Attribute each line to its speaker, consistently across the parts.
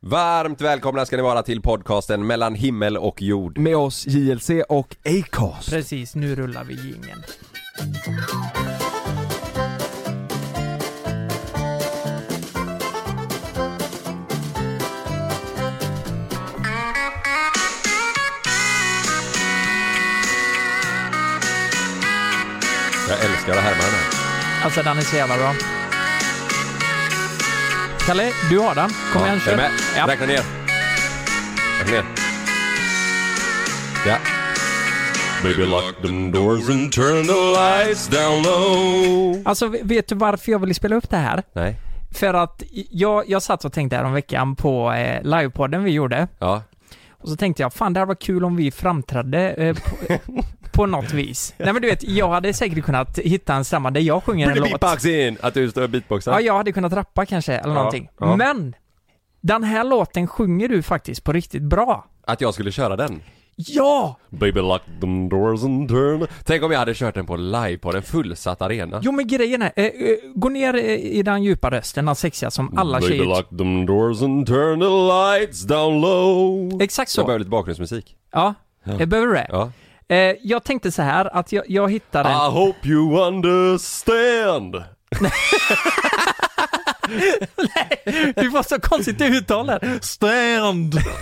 Speaker 1: Varmt välkomna ska ni vara till podcasten mellan himmel och jord.
Speaker 2: Med oss JLC och Acast.
Speaker 3: Precis, nu rullar vi jingeln.
Speaker 1: Jag älskar att härma den här.
Speaker 3: Alltså den är så jävla bra. Kalle, du har den. Kom igen,
Speaker 1: är du
Speaker 3: kör.
Speaker 1: med?
Speaker 3: Ja.
Speaker 1: Räkna ner. Räkna ner. Ja. Baby lock them doors and turn the lights down low.
Speaker 3: Alltså, vet du varför jag ville spela upp det här?
Speaker 1: Nej.
Speaker 3: För att jag, jag satt och tänkte häromveckan på eh, livepodden vi gjorde.
Speaker 1: Ja.
Speaker 3: Och så tänkte jag, fan det här var kul om vi framträdde eh, på, på något vis. Nej men du vet, jag hade säkert kunnat hitta en stramma där jag sjunger en
Speaker 1: Pretty
Speaker 3: låt.
Speaker 1: beatboxing! Att du står och beatboxar.
Speaker 3: Ja, jag hade kunnat rappa kanske, eller
Speaker 1: Ja,
Speaker 3: någonting.
Speaker 1: ja.
Speaker 3: Men! Den här låten sjunger du faktiskt på riktigt bra.
Speaker 1: Att jag skulle köra den.
Speaker 3: Ja!
Speaker 1: Baby lock them doors and turn. Tänk om jag hade kört den på live på en fullsatt arena.
Speaker 3: Jo men grejen är, eh, eh, gå ner eh, i den djupa rösten, den sexiga som alla
Speaker 1: Baby
Speaker 3: tjejer...
Speaker 1: lock them doors and turn the lights down low.
Speaker 3: Exakt
Speaker 1: Jag
Speaker 3: så.
Speaker 1: behöver lite bakgrundsmusik.
Speaker 3: Ja, jag behöver det.
Speaker 1: Ja. Ah.
Speaker 3: Eh, jag tänkte så här att jag, jag hittade en...
Speaker 1: I hope you understand.
Speaker 3: Du var så konstigt uttal där. Stand!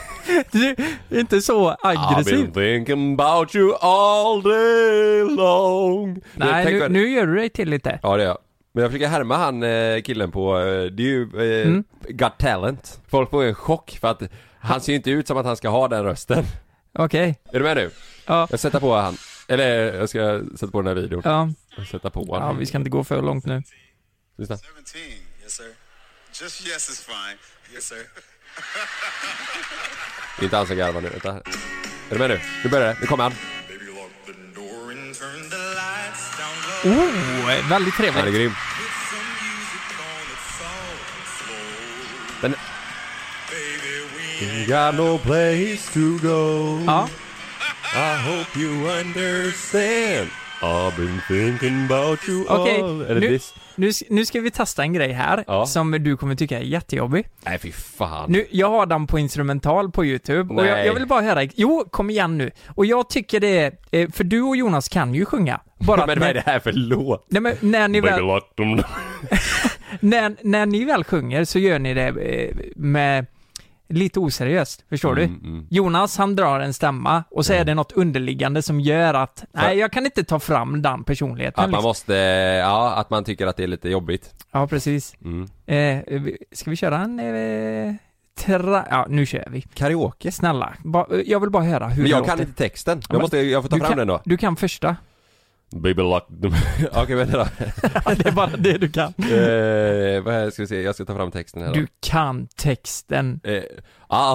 Speaker 3: Du är inte så
Speaker 1: I've been
Speaker 3: aggressiv.
Speaker 1: thinking about you all day long.
Speaker 3: Nej,
Speaker 1: tänk
Speaker 3: nu,
Speaker 1: vad-
Speaker 3: nu gör du dig till lite.
Speaker 1: Ja, det gör jag. Men jag försöker härma han eh, killen på, eh, det är ju eh,
Speaker 3: Mm.
Speaker 1: Got Talent. Folk får ju en chock för att han ser ju inte ut som att han ska ha den rösten.
Speaker 3: Okej.
Speaker 1: Är du med nu?
Speaker 3: Ja.
Speaker 1: Jag sätter på han. Eller jag ska sätta på den här videon.
Speaker 3: Ja.
Speaker 1: Jag sätter på
Speaker 3: ja,
Speaker 1: han.
Speaker 3: vi ska inte gå för långt nu.
Speaker 1: Lyssna.
Speaker 4: 17, yes, sir. Just yes is fine. Yes, sir.
Speaker 1: Det är inte han som garvar nu. Vänta. Är du med nu? Nu börjar det. Nu kommer han.
Speaker 4: Baby, lock the door and turn the lights down low.
Speaker 3: Oh, eh, väldigt
Speaker 1: Han är
Speaker 3: trevligt.
Speaker 1: grym.
Speaker 4: Put some music on the phone floor.
Speaker 1: Den...
Speaker 4: Baby, we ain't
Speaker 1: Got no place to go.
Speaker 3: Ja.
Speaker 1: I hope you understand. I've been thinking about you
Speaker 3: Okej,
Speaker 1: all. Är det
Speaker 3: nu,
Speaker 1: this?
Speaker 3: nu, s- nu ska vi testa en grej här
Speaker 1: Ja.
Speaker 3: som du kommer tycka är jättejobbig.
Speaker 1: Nej fy fan.
Speaker 3: Nu, jag har den på instrumental på YouTube och
Speaker 1: Nej.
Speaker 3: jag, jag vill bara höra, jo kom igen nu. Och jag tycker det är, eh, för du och Jonas kan ju sjunga. Bara att
Speaker 1: men vad är det här för låt?
Speaker 3: Nej, men när, ni väl,
Speaker 1: lock them
Speaker 3: när, när ni väl sjunger så gör ni det eh, med lite oseriöst, förstår
Speaker 1: Mm.
Speaker 3: du? Jonas han drar en stämma och så är det något underliggande som gör att, nej jag kan inte ta fram den personligheten.
Speaker 1: Att man
Speaker 3: liksom.
Speaker 1: måste, ja att man tycker att det är lite jobbigt.
Speaker 3: Ja, precis. Eh, vi- ska vi köra en... Eh, tra- ja, nu kör vi.
Speaker 1: Karaoke?
Speaker 3: Snälla, ba, jag vill bara höra hur
Speaker 1: Men jag
Speaker 3: det
Speaker 1: kan
Speaker 3: låter.
Speaker 1: inte texten. Jag
Speaker 3: men
Speaker 1: måste, jag får ta
Speaker 3: du
Speaker 1: fram
Speaker 3: kan,
Speaker 1: den då.
Speaker 3: Du kan första.
Speaker 1: Baby lock them. Okej vänta då.
Speaker 3: det är bara det du kan.
Speaker 1: eh, vad här ska vi se, jag ska ta fram texten här då.
Speaker 3: Du kan texten.
Speaker 1: Eh, I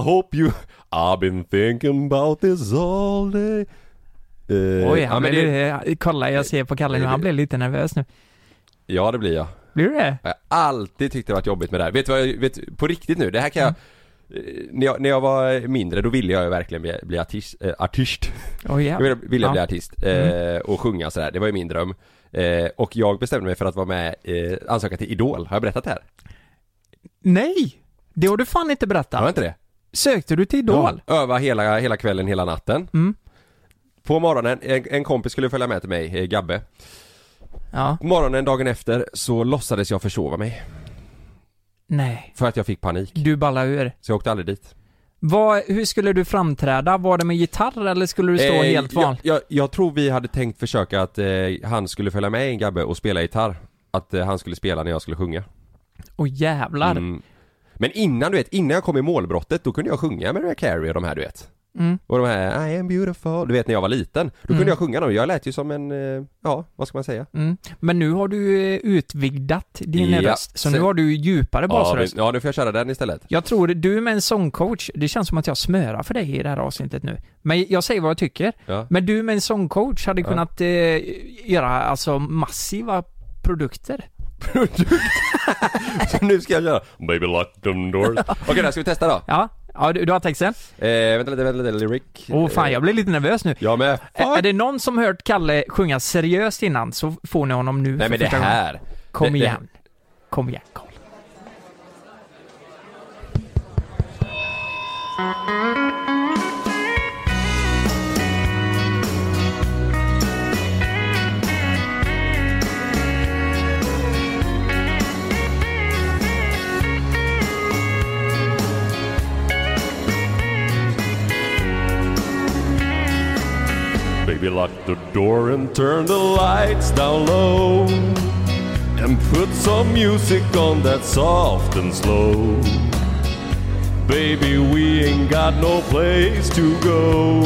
Speaker 1: hope you, I've been thinking about this all day. Eh,
Speaker 3: Oj,
Speaker 1: ja,
Speaker 3: han
Speaker 1: men
Speaker 3: blev,
Speaker 1: det,
Speaker 3: eh, kolla jag ser på Kalle nu, han blev lite nervös nu.
Speaker 1: ja det blir jag.
Speaker 3: Blir du det?
Speaker 1: Jag har alltid tyckt det varit jobbigt med det här. Vet du vad jag, vet, på riktigt nu, det här kan jag eh, när jag, när jag var mindre, då ville jag ju verkligen bli, bli artist, eh, artist.
Speaker 3: Oj, ja.
Speaker 1: Jag ville, ville
Speaker 3: ja. Mm.
Speaker 1: bli artist eh, och sjunga sådär, det var ju min dröm. Eh, och jag bestämde mig för att vara med, eh, ansöka till Idol. Har jag berättat det här?
Speaker 3: Nej! Det har du fan inte
Speaker 1: Har jag
Speaker 3: berättat.
Speaker 1: inte det?
Speaker 3: Sökte du till Idol? Mm.
Speaker 1: Ja, öva hela, hela kvällen, hela natten. På morgonen, en, en kompis skulle följa med till mig, eh, Gabbe.
Speaker 3: Ja.
Speaker 1: På morgonen dagen efter så låtsades jag försova mig.
Speaker 3: Nej.
Speaker 1: För att jag fick panik.
Speaker 3: Du ballar ur.
Speaker 1: Så jag åkte aldrig dit.
Speaker 3: Vad, hur skulle du framträda? Var det med gitarr eller skulle du stå
Speaker 1: Eh,
Speaker 3: helt
Speaker 1: jag,
Speaker 3: vanligt?
Speaker 1: jag, jag tror vi hade tänkt försöka att eh, han skulle följa med en Gabbe och spela gitarr. Att eh, han skulle spela när jag skulle sjunga.
Speaker 3: Åh jävlar.
Speaker 1: Mm. Men innan du vet, innan jag kom i målbrottet då kunde jag sjunga Mariah Carey och de här du vet.
Speaker 3: Mm.
Speaker 1: Och de här I am beautiful, du vet när jag var liten. Då kunde jag sjunga dem, jag lät ju som en, eh, ja vad ska man säga?
Speaker 3: Mm. Men nu har du eh, utvidgat din
Speaker 1: Ja,
Speaker 3: röst,
Speaker 1: så-
Speaker 3: så nu har du ju djupare
Speaker 1: Ja,
Speaker 3: basröst.
Speaker 1: men- ja, nu får jag köra den istället.
Speaker 3: Jag tror du är med en sångcoach, det känns som att jag smörar för dig i det här avsnittet nu. Men jag säger vad jag tycker.
Speaker 1: Ja.
Speaker 3: Men du med en sångcoach hade kunnat eh, göra alltså massiva produkter.
Speaker 1: Så nu ska jag köra Baby lock them doors. Okej då, ska vi testa då?
Speaker 3: Ja, ja du, du har texten?
Speaker 1: Eh, vänta lite, vänta lite, lyric.
Speaker 3: Åh fan, jag blir lite nervös nu.
Speaker 1: Jag med.
Speaker 3: Oh. Ä- Är det någon som hört Kalle sjunga seriöst innan så får ni honom nu
Speaker 1: Nej
Speaker 3: för
Speaker 1: men det
Speaker 3: första gången.
Speaker 1: här.
Speaker 3: Kom
Speaker 1: det,
Speaker 3: igen. Kom igen, Karl.
Speaker 5: Baby, lock the door and turn the lights down low. And put some music on that's soft and slow. Baby, we ain't got no place to go.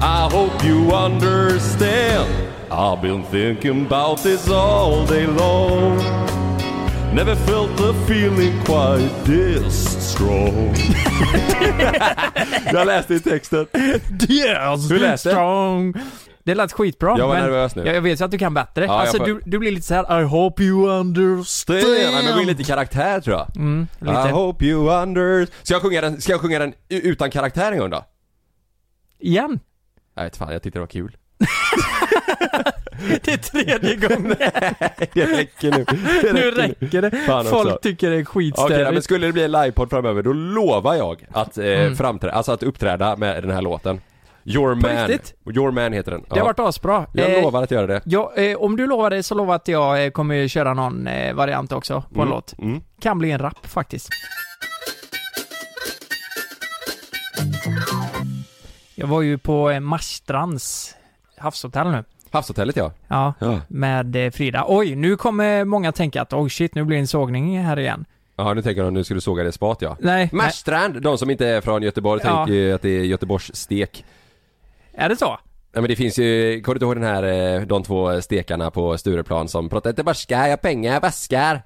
Speaker 5: I hope you understand. I've been thinking about this all day long. Never felt a feeling quite this strong.
Speaker 1: Jag läste i texten.
Speaker 3: Yes!
Speaker 1: Hur lät det?
Speaker 3: Strong. Det lät skitbra.
Speaker 1: Jag var
Speaker 3: men
Speaker 1: nervös nu.
Speaker 3: Jag, jag vet ju att du kan bättre.
Speaker 1: jag
Speaker 3: alltså
Speaker 1: får-
Speaker 3: du, du blir lite så här: I hope you understand.
Speaker 1: Sten! Men det blir lite karaktär tror jag.
Speaker 3: Mm, lite.
Speaker 1: I hope you under... Ska jag sjunga den, ska jag sjunga den u- utan karaktär en gång då?
Speaker 3: Igen.
Speaker 1: Nej, vet fan, jag tyckte det var kul.
Speaker 3: Det är tredje gången.
Speaker 1: Det räcker nu. Det
Speaker 3: nu räcker det.
Speaker 1: Fan också.
Speaker 3: Folk tycker det är
Speaker 1: Okej,
Speaker 3: skitstörigt.
Speaker 1: men skulle det bli en livepodd framöver då lovar jag att eh,
Speaker 3: Mm.
Speaker 1: framträda, alltså att uppträda med den här låten. Your man.
Speaker 3: riktigt?
Speaker 1: Your man heter den.
Speaker 3: Det har varit asbra.
Speaker 1: Jag
Speaker 3: Eh,
Speaker 1: lovar att göra det.
Speaker 3: Ja, eh, om du lovar det så lovar jag att jag eh, kommer köra någon eh, variant också på en låt.
Speaker 1: Mm.
Speaker 3: Kan bli en rap faktiskt. Jag var ju på eh, Marstrands havshotell nu.
Speaker 1: Havshotellet ja.
Speaker 3: Ja,
Speaker 1: Ja.
Speaker 3: med eh, Frida. Oj, nu kommer många tänka att oj shit, nu blir det en sågning här igen.
Speaker 1: Jaha, nu tänker de nu ska du såga det spat ja.
Speaker 3: Nej, nej.
Speaker 1: Marstrand, de som inte är från Göteborg
Speaker 3: Ja.
Speaker 1: tänker ju att det är Göteborgs stek.
Speaker 3: är det så?
Speaker 1: Ja men det finns ju, kommer du inte ihåg den här, eh, de två stekarna på Stureplan som pratar inte barska, jag har pengar, jag vaskar.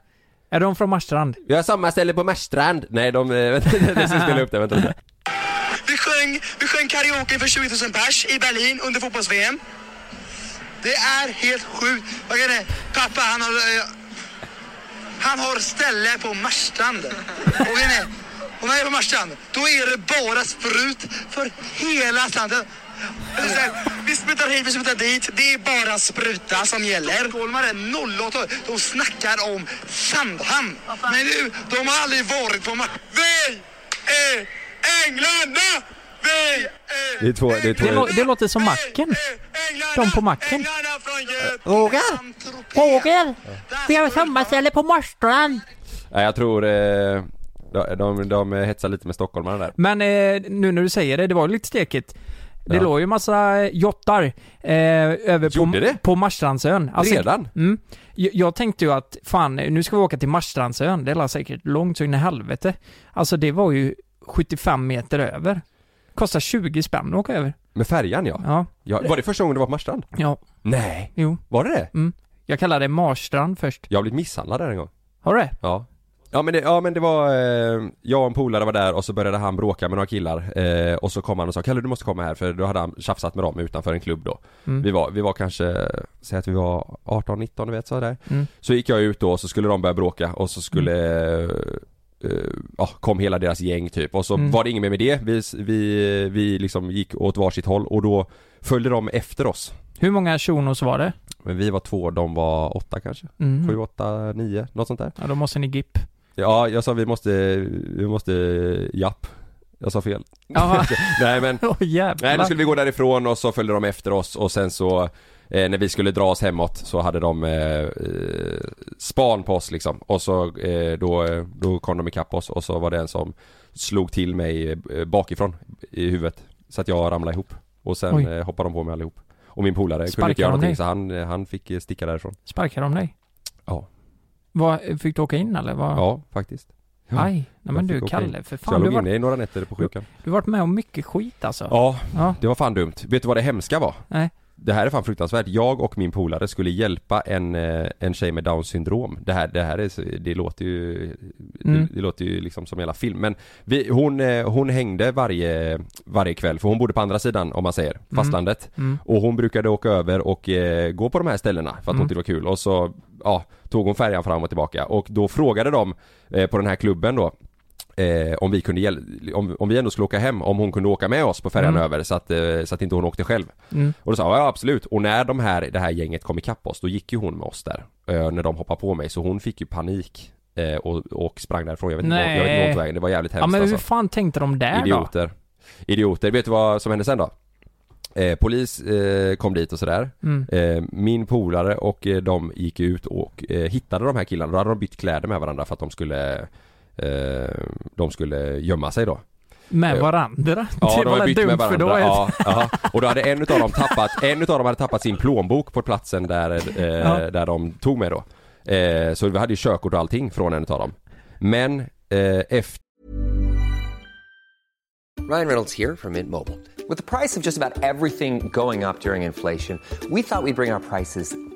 Speaker 3: Är de från Marstrand?
Speaker 1: Jag har samma ställe på Marstrand. Nej de, eh, vänta, jag ska spela upp det, vänta lite.
Speaker 6: Vi sjöng, vi sjöng karaoke för 20 000 pers i Berlin under fotbolls-VM. Det är helt sjukt. Vad är det? Pappa, han har... eh, Han har ställe på Marstrand. Och vet ni? Och när jag är på Marstrand, då är det bara sprut för hela slanten. Det är så här, Vi sprutar hit, vi sprutar dit. Det är bara spruta som gäller. Stockholmare 08, de snackar om Sandhamn. Men du, de har aldrig varit på Marstrand. Vi är Änglarna! Vi är
Speaker 1: Det är två, det är
Speaker 3: Det,
Speaker 1: två.
Speaker 3: lå- det låter som Macken. De på Macken.
Speaker 6: Roger!
Speaker 7: Roger, vi har samma ställe på Marstrand.
Speaker 1: Nej jag tror, eh, de, de, de hetsar lite med stockholmarna där.
Speaker 3: Men eh, nu när du säger det, det var ju lite stekigt. Det
Speaker 1: Ja.
Speaker 3: låg ju massa eh, jottar eh, över
Speaker 1: Gjorde
Speaker 3: på,
Speaker 1: det?
Speaker 3: på Marstrandsön. Alltså,
Speaker 1: Redan?
Speaker 3: Mm, jag, jag tänkte ju att fan, nu ska vi åka till Marstrandsön. Det är säkert långt så in i helvete. Alltså det var ju 75 meter över. Kostar 20 spänn att åka över.
Speaker 1: Med färjan ja.
Speaker 3: Ja,
Speaker 1: ja. Var det första gången du var på Marstrand?
Speaker 3: ja,
Speaker 1: Nej.
Speaker 3: jo.
Speaker 1: Var det det?
Speaker 3: Jag kallar det Marstrand först.
Speaker 1: Jag har blivit misshandlad där en gång.
Speaker 3: Har du det?
Speaker 1: Ja. Ja men det, ja, men det var, eh, jag och en polare var där och så började han bråka med några killar eh, Och så kom han och sa 'Kalle du måste komma här' för då hade han tjafsat med dem utanför en klubb då
Speaker 3: Mm.
Speaker 1: Vi var, vi var kanske, säg att vi var 18-19 du vet så där
Speaker 3: Mm.
Speaker 1: Så gick jag ut då och så skulle de börja bråka och så skulle eh, eh, Ja, kom hela deras gäng typ och så
Speaker 3: Mm.
Speaker 1: var det inget mer med det. Vi, vi, vi liksom gick åt varsitt håll och då följde de efter oss.
Speaker 3: Hur många shunos var det?
Speaker 1: Men vi var två, de var åtta kanske?
Speaker 3: Mm.
Speaker 1: Sju, åtta, nio, något sånt där.
Speaker 3: Ja, då måste ni GIP.
Speaker 1: Ja, jag sa vi måste, vi måste, japp. Jag sa fel.
Speaker 3: Jaha.
Speaker 1: Nej men,
Speaker 3: Åh jävlar.
Speaker 1: nej då skulle vi gå därifrån och så följde de efter oss och sen så eh, när vi skulle dra oss hemåt så hade de eh, eh, span på oss liksom och så eh, då, eh, då kom de ikapp oss och så var det en som slog till mig eh, bakifrån i huvudet så att jag ramlade ihop och sen
Speaker 3: Oj.
Speaker 1: eh, hoppade de på mig allihop och min polare kunde
Speaker 3: Sparkade
Speaker 1: inte göra
Speaker 3: de
Speaker 1: någonting
Speaker 3: dig?
Speaker 1: så han, eh, han fick eh, sticka därifrån.
Speaker 3: Sparkade de dig?
Speaker 1: Ja.
Speaker 3: Vad, fick du åka in eller? Vad?
Speaker 1: Ja, faktiskt. Ja.
Speaker 3: Aj, nej men
Speaker 1: Jag
Speaker 3: du
Speaker 1: fick åka in.
Speaker 3: Kalle, för
Speaker 1: Så jag
Speaker 3: fan du
Speaker 1: låg
Speaker 3: har
Speaker 1: inne i några nätter på sjukan.
Speaker 3: du har varit med om mycket skit alltså.
Speaker 1: Ja,
Speaker 3: Ja.
Speaker 1: det var fan dumt. Vet du vad det hemska var?
Speaker 3: Nej.
Speaker 1: Det här är fan fruktansvärt. Jag och min polare skulle hjälpa en, eh, en tjej med down syndrom. Det här, det här är, så- det låter ju,
Speaker 3: Mm.
Speaker 1: det, det låter ju liksom som hela film. Men vi, hon, eh, hon hängde varje, varje kväll, för hon bodde på andra sidan om man säger, fastlandet.
Speaker 3: Mm.
Speaker 1: Och hon brukade åka över och eh, gå på de här ställena för att hon
Speaker 3: Mm.
Speaker 1: tyckte det var kul och så ja, tog hon färjan fram och tillbaka och då frågade de eh, på den här klubben då Eh, om vi kunde hjäl- om, om vi ändå skulle åka hem, om hon kunde åka med oss på färjan
Speaker 3: Mm.
Speaker 1: över så att, eh, så att inte hon åkte själv.
Speaker 3: Mm.
Speaker 1: Och då sa jag ja absolut, och när de här, det här gänget kom ikapp oss, då gick ju hon med oss där. Eh, när de hoppade på mig, så hon fick ju panik. eh, och, och sprang därifrån. Jag vet inte,
Speaker 3: Nej.
Speaker 1: jag vet inte vart vägen. Det var jävligt hemskt
Speaker 3: Ja men hur
Speaker 1: alltså.
Speaker 3: fan tänkte de där då?
Speaker 1: Idioter. Idioter. Vet du vad som hände sen då? Eh, polis eh, kom dit och sådär.
Speaker 3: Mm.
Speaker 1: Eh, min polare och eh, de gick ut och eh, hittade de här killarna. Då hade de bytt kläder med varandra för att de skulle eh, de skulle gömma sig då.
Speaker 3: Med
Speaker 1: Eh,
Speaker 3: varandra? det var väl
Speaker 1: bytt
Speaker 3: dumt för då är
Speaker 1: Ja, ja. Och då hade en utav dem tappat, en utav dem hade tappat sin plånbok på platsen där, eh,
Speaker 3: Ja.
Speaker 1: där de tog mig då. Eh, så vi hade ju körkort och allting från en utav dem. Men eh, efter
Speaker 8: Ryan Reynolds here from Mint Mobile. With the price of just about everything going up during inflation, we thought we'd bring our prices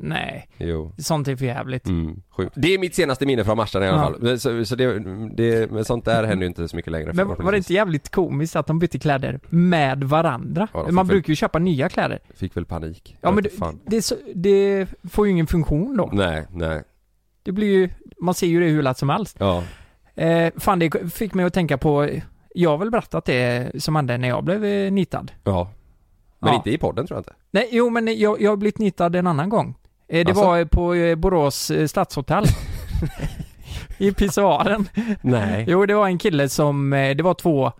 Speaker 3: Nej,
Speaker 1: Jo.
Speaker 3: sånt är för jävligt.
Speaker 1: Mm, sjukt. Det är mitt senaste minne från matchen i alla
Speaker 3: Ja.
Speaker 1: fall. Men Så, så det, det, men sånt där händer ju inte så mycket längre.
Speaker 3: Men var det inte jävligt komiskt att de bytte kläder med varandra?
Speaker 1: Ja, de
Speaker 3: Man
Speaker 1: fick väl-
Speaker 3: brukar ju köpa nya kläder.
Speaker 1: Fick väl panik.
Speaker 3: Ja men
Speaker 1: det,
Speaker 3: det, det, är så- det får ju ingen funktion då.
Speaker 1: Nej, nej.
Speaker 3: Det blir ju, man ser ju det hur lätt som helst.
Speaker 1: Ja.
Speaker 3: Eh, fan det fick mig att tänka på, jag har väl berättat det som hände när jag blev eh, nitad.
Speaker 1: ja. Men
Speaker 3: Ja.
Speaker 1: inte i podden tror jag inte.
Speaker 3: Nej, jo men jag, jag har blivit nitad en annan gång. Eh, det
Speaker 1: Alltså?
Speaker 3: var eh, på eh, Borås eh, stadshotell. I pissoaren.
Speaker 1: Nej.
Speaker 3: Jo, det var en kille som, eh, det var två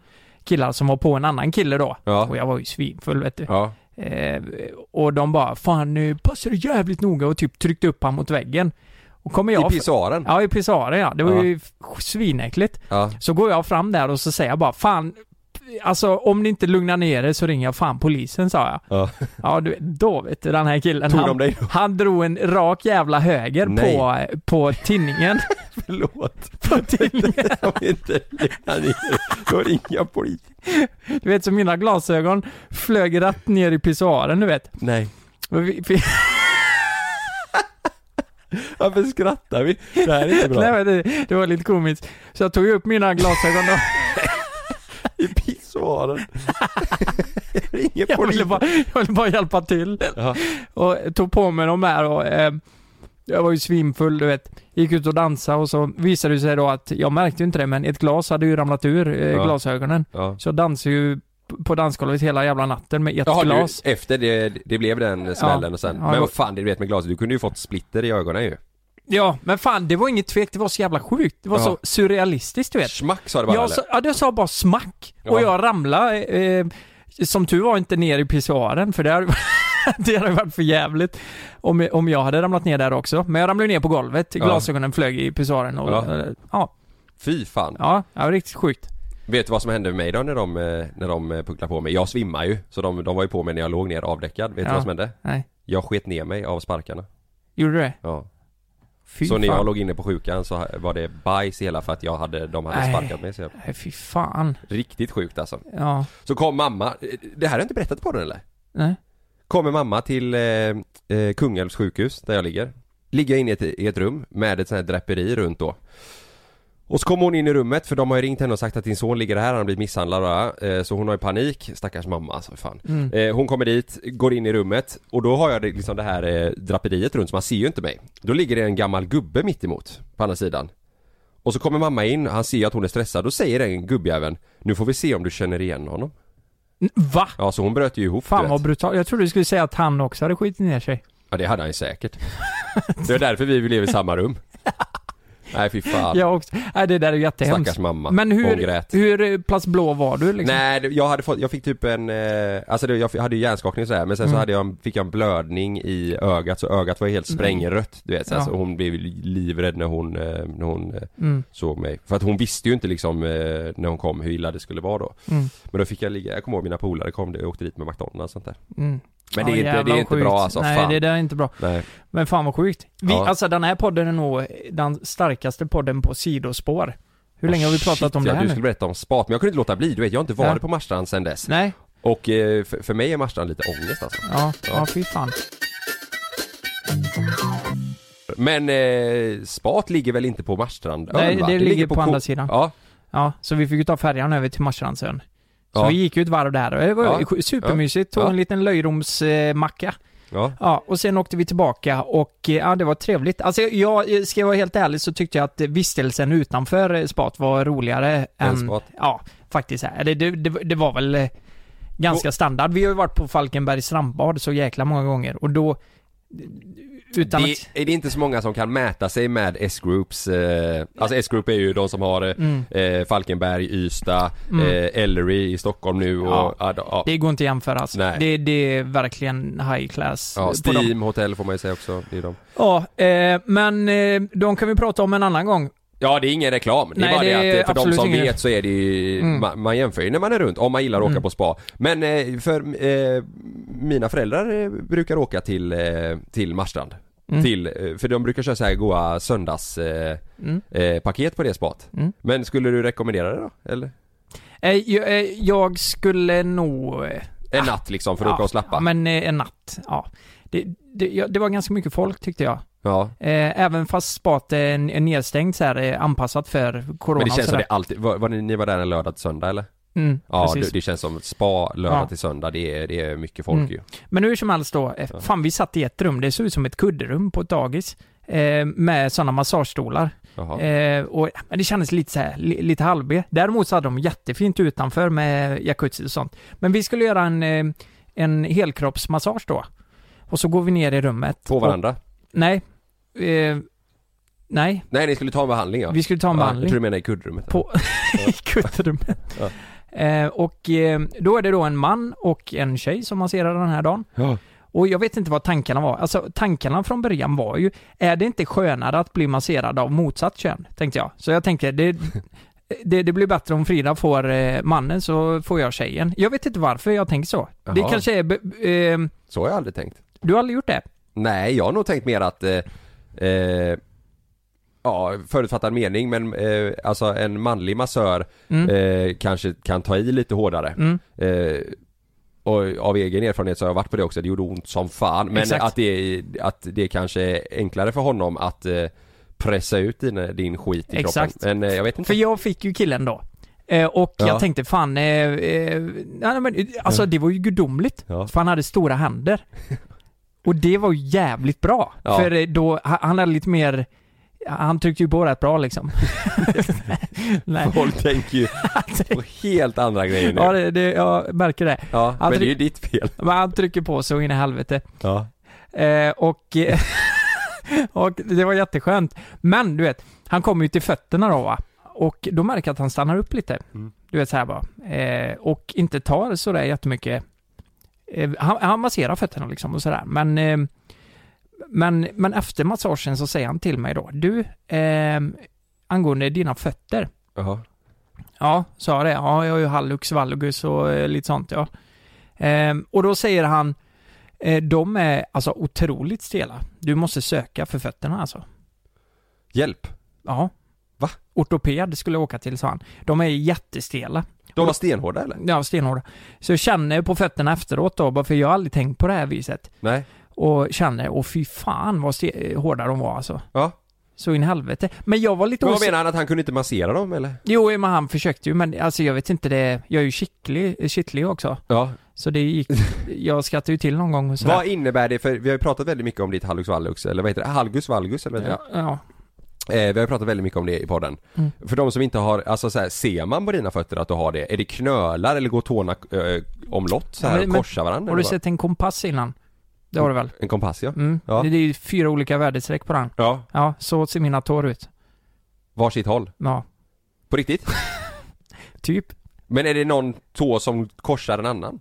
Speaker 3: killar som var på en annan kille då.
Speaker 1: Ja.
Speaker 3: Och jag var ju svinfull vet du.
Speaker 1: Ja.
Speaker 3: Eh, och de bara, fan nu passar du jävligt noga och typ tryckte upp han mot väggen. Och kommer jag...
Speaker 1: I pissoaren?
Speaker 3: Ja, i pissoaren ja. Det var
Speaker 1: Ja.
Speaker 3: ju f- svinäckligt.
Speaker 1: Ja.
Speaker 3: Så går jag fram där och så säger jag bara, fan, alltså om ni inte lugnar ner er så ringer jag fan polisen sa jag.
Speaker 1: Ja.
Speaker 3: Ja, du, vet, då vet du den här killen.
Speaker 1: Tog de
Speaker 3: han,
Speaker 1: dig?
Speaker 3: han drog en rak jävla höger
Speaker 1: Nej.
Speaker 3: på, på tinningen.
Speaker 1: Förlåt.
Speaker 3: på tinningen.
Speaker 1: Jag vill inte lugna ner Då ringer jag polisen.
Speaker 3: Du vet, så mina glasögon flög rätt ner i pissoaren, du vet.
Speaker 1: Nej.
Speaker 3: Och vi- vi-
Speaker 1: Varför skrattar vi? Det här är inte
Speaker 3: Nej,
Speaker 1: bra.
Speaker 3: men det, det var lite komiskt. Så jag tog upp mina glasögon då.
Speaker 1: I pissoaren. Jag ringer
Speaker 3: Jag ville
Speaker 1: polisen.
Speaker 3: bara, jag ville bara hjälpa till.
Speaker 1: Ja.
Speaker 3: Och tog på mig de här och eh, jag var ju svinfull du vet. Gick ut och dansade och så visade det sig då att, jag märkte ju inte det men ett glas hade ju ramlat ur eh,
Speaker 1: Ja.
Speaker 3: glasögonen.
Speaker 1: Ja.
Speaker 3: Så jag dansade ju p- på dansgolvet hela jävla natten med ett
Speaker 1: Jaha, du,
Speaker 3: glas.
Speaker 1: efter det, det blev den smällen och sen.
Speaker 3: Ja, det
Speaker 1: Men
Speaker 3: var-
Speaker 1: vad fan, det du vet med glaset, du kunde ju fått splitter i ögonen ju.
Speaker 3: Ja, men fan det var inget tvek, det var så jävla sjukt. Det var
Speaker 1: Ja.
Speaker 3: så surrealistiskt du vet.
Speaker 1: Schmack sa det bara
Speaker 3: Jag
Speaker 1: eller?
Speaker 3: sa, ja, jag sa bara smack
Speaker 1: Ja.
Speaker 3: och jag ramlade. Eh, som tur var inte ner i pissoaren för det hade, det hade varit för jävligt om, om jag hade ramlat ner där också. Men jag ramlade ner på golvet,
Speaker 1: Ja.
Speaker 3: glasögonen flög i pissoaren och
Speaker 1: Ja.
Speaker 3: ja. Ja,
Speaker 1: Fy fan.
Speaker 3: ja, det var riktigt sjukt.
Speaker 1: Vet du vad som hände med mig då när de, eh, när de eh, pucklade på mig? Jag svimmar ju, så de, de var ju på mig när jag låg ner avdäckad. Vet du
Speaker 3: Ja.
Speaker 1: vad som hände?
Speaker 3: Nej,
Speaker 1: Jag sket ner mig av sparkarna.
Speaker 3: gjorde du det?
Speaker 1: Ja.
Speaker 3: Fy
Speaker 1: så när
Speaker 3: fan.
Speaker 1: jag låg inne på sjukan så var det bajs i hela för att jag hade, de hade
Speaker 3: Nej.
Speaker 1: sparkat mig. Så jag,
Speaker 3: Nej, fy fan.
Speaker 1: riktigt sjukt alltså.
Speaker 3: Ja,
Speaker 1: Så kom mamma, eh, det här har jag inte berättat på den eller?
Speaker 3: nej.
Speaker 1: Kommer mamma till eh, eh, Kungälvs sjukhus där jag ligger. Ligger jag inne i ett, i ett rum med ett sånt här draperi runt då. Och så kommer hon in i rummet för de har ju ringt henne och sagt att din son ligger här, han har blivit misshandlad och, eh, Så hon har ju panik, stackars mamma alltså, fan.
Speaker 3: Mm.
Speaker 1: Eh, hon kommer dit, går in i rummet och då har jag det, liksom det här eh, draperiet runt så man ser ju inte mig. Då ligger det en gammal gubbe mitt emot på andra sidan. Och så kommer mamma in, han ser ju att hon är stressad, då säger den gubbjäveln Nu får vi se om du känner igen honom.
Speaker 3: N- Va?
Speaker 1: Ja så hon bröt ju ihop du
Speaker 3: Fan
Speaker 1: vet.
Speaker 3: vad brutalt. Jag trodde du skulle säga att han också hade skitit ner sig.
Speaker 1: Ja det hade han ju säkert. Det är därför vi lever i samma rum. Nej fy fan.
Speaker 3: Jag också. Nej, det där är jättehemskt.
Speaker 1: Stackars mamma.
Speaker 3: Men
Speaker 1: Hon
Speaker 3: hur,
Speaker 1: grät.
Speaker 3: hur eh, plats blå var du liksom?
Speaker 1: Nej, det- jag hade fått, jag fick typ en, eh, alltså det, jag f- hade ju hjärnskakning och sådär men sen
Speaker 3: Mm.
Speaker 1: så hade jag, en- fick jag en blödning i ögat så ögat var helt sprängrött du vet så,
Speaker 3: Ja.
Speaker 1: så hon blev livrädd när hon, eh, när hon eh,
Speaker 3: Mm.
Speaker 1: såg mig. För att hon visste ju inte liksom eh, när hon kom hur illa det skulle vara då.
Speaker 3: Mm.
Speaker 1: Men då fick jag ligga, jag kommer ihåg mina polare kom, jag åkte dit med McDonalds och sånt där.
Speaker 3: Mm.
Speaker 1: Men det är inte- det är
Speaker 3: jävlar vad
Speaker 1: inte
Speaker 3: sjukt.
Speaker 1: bra, alltså,
Speaker 3: Nej,
Speaker 1: fan.
Speaker 3: det där är inte bra.
Speaker 1: Nej.
Speaker 3: Men fan vad sjukt. Vi,
Speaker 1: Ja.
Speaker 3: Alltså den här podden är nog den starkaste podden på sidospår. Hur länge har vi pratat
Speaker 1: Shit,
Speaker 3: om det
Speaker 1: ja,
Speaker 3: här
Speaker 1: du
Speaker 3: nu?
Speaker 1: skulle berätta om spat men jag kunde inte låta bli, du vet jag har inte varit
Speaker 3: Nej.
Speaker 1: på Marstrand sen dess.
Speaker 3: Nej,
Speaker 1: Och eh, för, för mig är Marstrand lite ångest alltså.
Speaker 3: ja, ja. fy fan.
Speaker 1: Men eh, spat ligger väl inte på Marstrand?
Speaker 3: Nej,
Speaker 1: Ön, va?
Speaker 3: det ligger på
Speaker 1: Ko-
Speaker 3: andra sidan.
Speaker 1: Ja,
Speaker 3: Ja, så vi fick ju ta färjan över till Marstrandsön. Så
Speaker 1: Ja.
Speaker 3: vi gick ju ett varv där och det var
Speaker 1: Ja.
Speaker 3: ju supermysigt. Tog
Speaker 1: Ja.
Speaker 3: en liten löjromsmacka. Eh, macka.
Speaker 1: ja.
Speaker 3: Ja, och sen åkte vi tillbaka och eh, ja, det var trevligt. Alltså jag, eh, ska jag vara helt ärlig så tyckte jag att eh, vistelsen utanför eh, spat var roligare
Speaker 1: Än
Speaker 3: än...
Speaker 1: spat?
Speaker 3: Ja, faktiskt. eh, Det, det, det, det var väl eh, ganska standard. Vi har ju varit på Falkenbergs strandbad så jäkla många gånger och då... Utan
Speaker 1: det,
Speaker 3: att...
Speaker 1: är det inte så många som kan mäta sig med S-Groups, eh, alltså S-Group är ju de som har eh,
Speaker 3: Mm.
Speaker 1: eh, Falkenberg, Ystad,
Speaker 3: Mm.
Speaker 1: eh, Ellery i Stockholm nu och...
Speaker 3: Ja.
Speaker 1: ja, då- ja.
Speaker 3: Det går inte att jämföra alltså.
Speaker 1: Nej.
Speaker 3: Det, det är verkligen high class. eh,
Speaker 1: Ja,
Speaker 3: på dem.
Speaker 1: Steam Hotel får man ju säga också, det är de.
Speaker 3: Ja, eh, men eh, de kan vi prata om en annan gång.
Speaker 1: Ja, det är ingen reklam. Det är
Speaker 3: Nej,
Speaker 1: bara det,
Speaker 3: det är
Speaker 1: att eh, för de
Speaker 3: absolut
Speaker 1: som
Speaker 3: ingen-
Speaker 1: vet så är det ju,
Speaker 3: Mm.
Speaker 1: man, man jämför ju när man är runt, om man gillar att åka
Speaker 3: Mm.
Speaker 1: på spa. Men eh, för eh, mina föräldrar eh, brukar åka till, eh, till Marstrand.
Speaker 3: Mm.
Speaker 1: Till, eh, för de brukar köra så här goa söndags eh,
Speaker 3: Mm.
Speaker 1: eh, paket på det spat.
Speaker 3: Mm.
Speaker 1: Men skulle du rekommendera det då? Eller?
Speaker 3: Eh, jag, eh, jag skulle nog... eh,
Speaker 1: En natt liksom för att åka och slappa?
Speaker 3: Ah. Ja, men eh, en natt, ja. Det, det, ja, det var ganska mycket folk tyckte jag.
Speaker 1: Ja.
Speaker 3: Eh, även fast spat är, n- är nedstängt så här, eh, anpassat för corona
Speaker 1: Men det
Speaker 3: och
Speaker 1: känns
Speaker 3: så
Speaker 1: som
Speaker 3: där.
Speaker 1: det alltid, var, var ni, ni var där en lördag till söndag eller?
Speaker 3: Mm,
Speaker 1: Ja,
Speaker 3: precis.
Speaker 1: det, det känns som spa lördag
Speaker 3: Ja.
Speaker 1: till söndag, det är, det är mycket folk
Speaker 3: Mm.
Speaker 1: ju.
Speaker 3: Men hur som helst då, eh, fan vi satt i ett rum, det såg ut som ett kuddrum på ett dagis. Eh, med sådana massagestolar.
Speaker 1: Jaha.
Speaker 3: Eh, och, men det kändes lite så här, li, lite halvbe. Däremot så hade de jättefint utanför med jacuzzi och sånt. Men vi skulle göra en, eh, en helkroppsmassage då. Och så går vi ner i rummet.
Speaker 1: På varandra?
Speaker 3: Och, nej. Eh, nej,
Speaker 1: Nej, ni skulle ta en behandling ja.
Speaker 3: vi skulle ta en
Speaker 1: Ja, jag
Speaker 3: behandling.
Speaker 1: tror du menar i kuddrummet.
Speaker 3: På- i kuddrummet.
Speaker 1: Ja.
Speaker 3: Eh, och eh, då är det då en man och en tjej som masserar den här dagen.
Speaker 1: Ja.
Speaker 3: Och jag vet inte vad tankarna var. Alltså tankarna från början var ju, är det inte skönare att bli masserad av motsatt kön? Tänkte jag. Så jag tänkte, det, det, det blir bättre om Frida får eh, mannen så får jag tjejen. Jag vet inte varför jag tänker så. Det
Speaker 1: Jaha.
Speaker 3: kanske är, be- eh,
Speaker 1: Så har jag aldrig tänkt.
Speaker 3: du har aldrig gjort det?
Speaker 1: Nej, jag har nog tänkt mer att eh, eh, Ja, förutfattad mening men eh, alltså en manlig massör
Speaker 3: Mm.
Speaker 1: eh, kanske kan ta i lite hårdare.
Speaker 3: Mm.
Speaker 1: Eh, och av egen erfarenhet så har jag varit på det också, det gjorde ont som fan. Men
Speaker 3: Exakt.
Speaker 1: att det, att det kanske är enklare för honom att eh, pressa ut din, din skit i
Speaker 3: Exakt.
Speaker 1: kroppen. Men eh, jag vet inte.
Speaker 3: För jag fick ju killen då. Eh, och
Speaker 1: Ja.
Speaker 3: jag tänkte fan, eh, eh, nej, men, eh, alltså det var ju gudomligt.
Speaker 1: Ja.
Speaker 3: För han hade stora händer. Och det var ju jävligt bra.
Speaker 1: Ja.
Speaker 3: För eh, då, han han hade lite mer, han tryckte ju på rätt bra liksom. nej.
Speaker 1: Folk tänker ju på helt andra grejer nu.
Speaker 3: Ja,
Speaker 1: Ja,
Speaker 3: det, det, jag märker det.
Speaker 1: men
Speaker 3: han
Speaker 1: det är ju
Speaker 3: tryck-
Speaker 1: ditt fel.
Speaker 3: Men han trycker på så in i helvete.
Speaker 1: Ja.
Speaker 3: Eh, och, eh, och det var jätteskönt. Men du vet, han kom ju till fötterna då va. Och då märker jag att han stannar upp lite. Du vet så här bara. Eh, och inte tar sådär jättemycket. Eh, han, han masserar fötterna liksom och sådär. Men, eh, men, men efter massagen så säger han till mig då. Du, eh, angående dina fötter.
Speaker 1: Jaha.
Speaker 3: Ja, sa jag det. Ja, jag har ju hallux valgus och eh, lite sånt ja. Ehm, och då säger han, eh, de är alltså otroligt stela. Du måste söka för fötterna alltså.
Speaker 1: Hjälp.
Speaker 3: Ja.
Speaker 1: Va?
Speaker 3: Ortoped skulle jag åka till, sa han. De är jättestela.
Speaker 1: De var stenhårda eller?
Speaker 3: Ja, stenhårda. Så jag känner på fötterna efteråt då, bara för jag har aldrig tänkt på det här viset.
Speaker 1: Nej.
Speaker 3: Och känner, åh fy fan vad ste- eh, hårda de var alltså.
Speaker 1: Ja.
Speaker 3: Så in i helvete. Men jag var lite
Speaker 1: Men vad
Speaker 3: osäker.
Speaker 1: menar han att han kunde inte massera dem eller?
Speaker 3: Jo, men han försökte ju, men alltså jag vet inte det. Jag är ju kittlig, kittlig också.
Speaker 1: Ja.
Speaker 3: Så det gick, jag skrattade ju till någon gång och sådär.
Speaker 1: Vad innebär det för, vi har ju pratat väldigt mycket om ditt hallux valgus, eller vad heter det? Halgus valgus eller vad heter
Speaker 3: Ja, ja.
Speaker 1: det? Eh, vi har ju pratat väldigt mycket om det i podden.
Speaker 3: Mm.
Speaker 1: För de som inte har, alltså så här, ser man på dina fötter att du har det? Är det knölar eller går tårna eh, omlott så här
Speaker 3: Ja, men-
Speaker 1: och korsar varandra?
Speaker 3: Har du
Speaker 1: eller vad?
Speaker 3: sett en kompass innan? Det har du väl?
Speaker 1: En kompass ja.
Speaker 3: Mm.
Speaker 1: Ja.
Speaker 3: Det är ju fyra olika väderstreck på den.
Speaker 1: Ja.
Speaker 3: Ja, så ser mina tår ut.
Speaker 1: Varsitt håll.
Speaker 3: Ja,
Speaker 1: På riktigt?
Speaker 3: typ.
Speaker 1: Men är det någon tå som korsar en annan?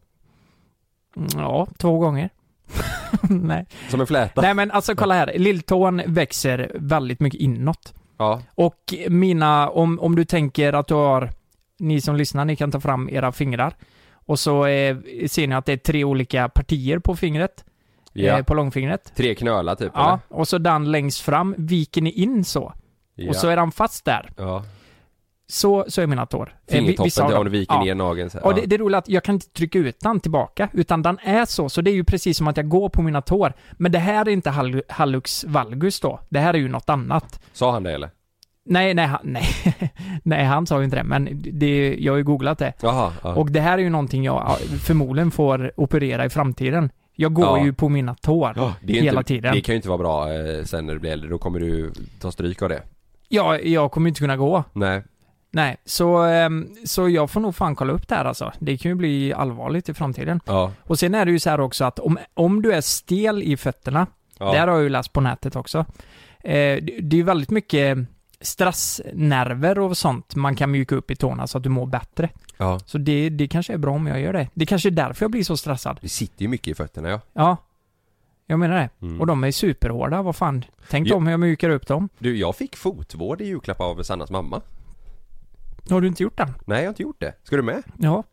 Speaker 3: Mm, Ja, två gånger. Nej.
Speaker 1: Som en fläta?
Speaker 3: Nej men alltså kolla här, lilltån växer väldigt mycket inåt.
Speaker 1: Ja.
Speaker 3: Och mina, om, om du tänker att du har, ni som lyssnar, ni kan ta fram era fingrar. Och så eh, ser ni att det är tre olika partier på fingret,
Speaker 1: ja.
Speaker 3: eh, på långfingret.
Speaker 1: Tre knölar typ
Speaker 3: Ja, och så den längst fram viker ni in så.
Speaker 1: eller? Ja.
Speaker 3: Och så är den fast där.
Speaker 1: Ja.
Speaker 3: så, så är mina tår. Eh, vi- vissa
Speaker 1: Fingertoppen,
Speaker 3: av
Speaker 1: där
Speaker 3: dem.
Speaker 1: om du viker
Speaker 3: Ja.
Speaker 1: ner nageln så här.
Speaker 3: Och det,
Speaker 1: Ja.
Speaker 3: det roliga är att jag kan inte trycka ut den tillbaka, utan den är så. Så det är ju precis som att jag går på mina tår. Men det här är inte hal- hallux valgus då. Det här är ju något annat.
Speaker 1: Sa han det eller?
Speaker 3: Nej, nej, han, nej. nej, han sa ju inte det, men det, jag har ju googlat det.
Speaker 1: Jaha. Ja.
Speaker 3: Och det här är ju någonting jag ja, förmodligen får operera i framtiden. Jag går
Speaker 1: Ja.
Speaker 3: ju på mina tår
Speaker 1: det är ju
Speaker 3: hela
Speaker 1: inte,
Speaker 3: tiden.
Speaker 1: Det kan ju inte vara bra eh, sen när du blir äldre, då kommer du ta stryk av det.
Speaker 3: Ja, jag kommer ju inte kunna gå.
Speaker 1: Nej.
Speaker 3: Nej, så, ehm, så jag får nog fan kolla upp det här alltså. Det kan ju bli allvarligt i framtiden.
Speaker 1: Ja.
Speaker 3: Och sen är det ju så här också att om, om du är stel i fötterna,
Speaker 1: Ja.
Speaker 3: det här har jag ju läst på nätet också, eh, det, det är ju väldigt mycket stressnerver och sånt man kan mjuka upp i tårna så att du mår bättre.
Speaker 1: Ja.
Speaker 3: Så det, det kanske är bra om jag gör det. Det kanske är därför jag blir så stressad.
Speaker 1: Det sitter ju mycket i fötterna ja.
Speaker 3: Ja, jag menar det.
Speaker 1: Mm.
Speaker 3: Och de är superhårda, vad fan. Tänk
Speaker 1: Ja.
Speaker 3: om jag mjukar upp dem.
Speaker 1: Du, jag fick fotvård i julklapp av Sannas mamma.
Speaker 3: Har du inte gjort den?
Speaker 1: Nej, jag har inte gjort det. Ska du med?
Speaker 3: Ja.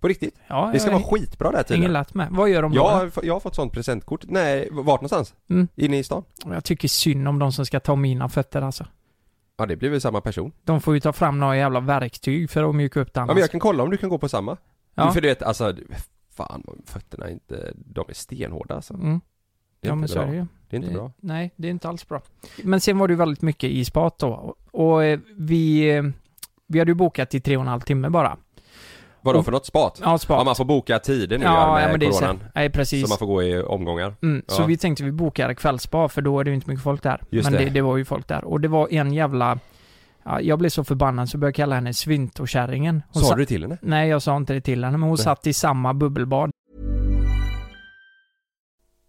Speaker 1: På riktigt?
Speaker 3: ja
Speaker 1: Det ska
Speaker 3: jag-
Speaker 1: vara skitbra det här
Speaker 3: Ingen
Speaker 1: tiden.
Speaker 3: lätt med. Vad gör de
Speaker 1: Jag
Speaker 3: då?
Speaker 1: har, jag har fått sånt presentkort. Nej, vart någonstans?
Speaker 3: Mm.
Speaker 1: Inne i stan?
Speaker 3: Jag tycker synd om de som ska ta mina fötter alltså.
Speaker 1: Ja, det blir väl samma person.
Speaker 3: De får ju ta fram några jävla verktyg för att mjuka upp det
Speaker 1: Ja,
Speaker 3: annars.
Speaker 1: men jag kan kolla om du kan gå på samma.
Speaker 3: Ja.
Speaker 1: För du vet, alltså, du- fan, fötterna är inte, de är stenhårda alltså.
Speaker 3: Mm.
Speaker 1: Det är
Speaker 3: Ja,
Speaker 1: inte
Speaker 3: men så
Speaker 1: bra.
Speaker 3: är det ju.
Speaker 1: Det är inte
Speaker 3: Det-
Speaker 1: bra.
Speaker 3: Nej, det är inte alls bra. Men sen var det ju väldigt mycket i spat då. Och, och eh, vi, eh, vi hade ju bokat i tre och en halv timme bara.
Speaker 1: Vadå
Speaker 3: Och-
Speaker 1: för något spat?
Speaker 3: Ja, spat.
Speaker 1: Ja, man får boka tider nu ja,
Speaker 3: ja,
Speaker 1: med
Speaker 3: ja, men det är så.
Speaker 1: coronan.
Speaker 3: Nej, precis.
Speaker 1: Så man får gå i omgångar.
Speaker 3: Mm, Så
Speaker 1: Ja.
Speaker 3: vi tänkte vi bokar kvällsspa för då är det ju inte mycket folk där.
Speaker 1: Just
Speaker 3: Men
Speaker 1: det.
Speaker 3: det. Det, var ju folk där. Och det var en jävla... Ja, jag blev så förbannad så började jag kalla henne svint och kärringen. Hon
Speaker 1: Sa
Speaker 3: sa-
Speaker 1: du till henne?
Speaker 3: Nej, jag sa inte det till henne, men hon
Speaker 1: Nej.
Speaker 3: satt i samma bubbelbad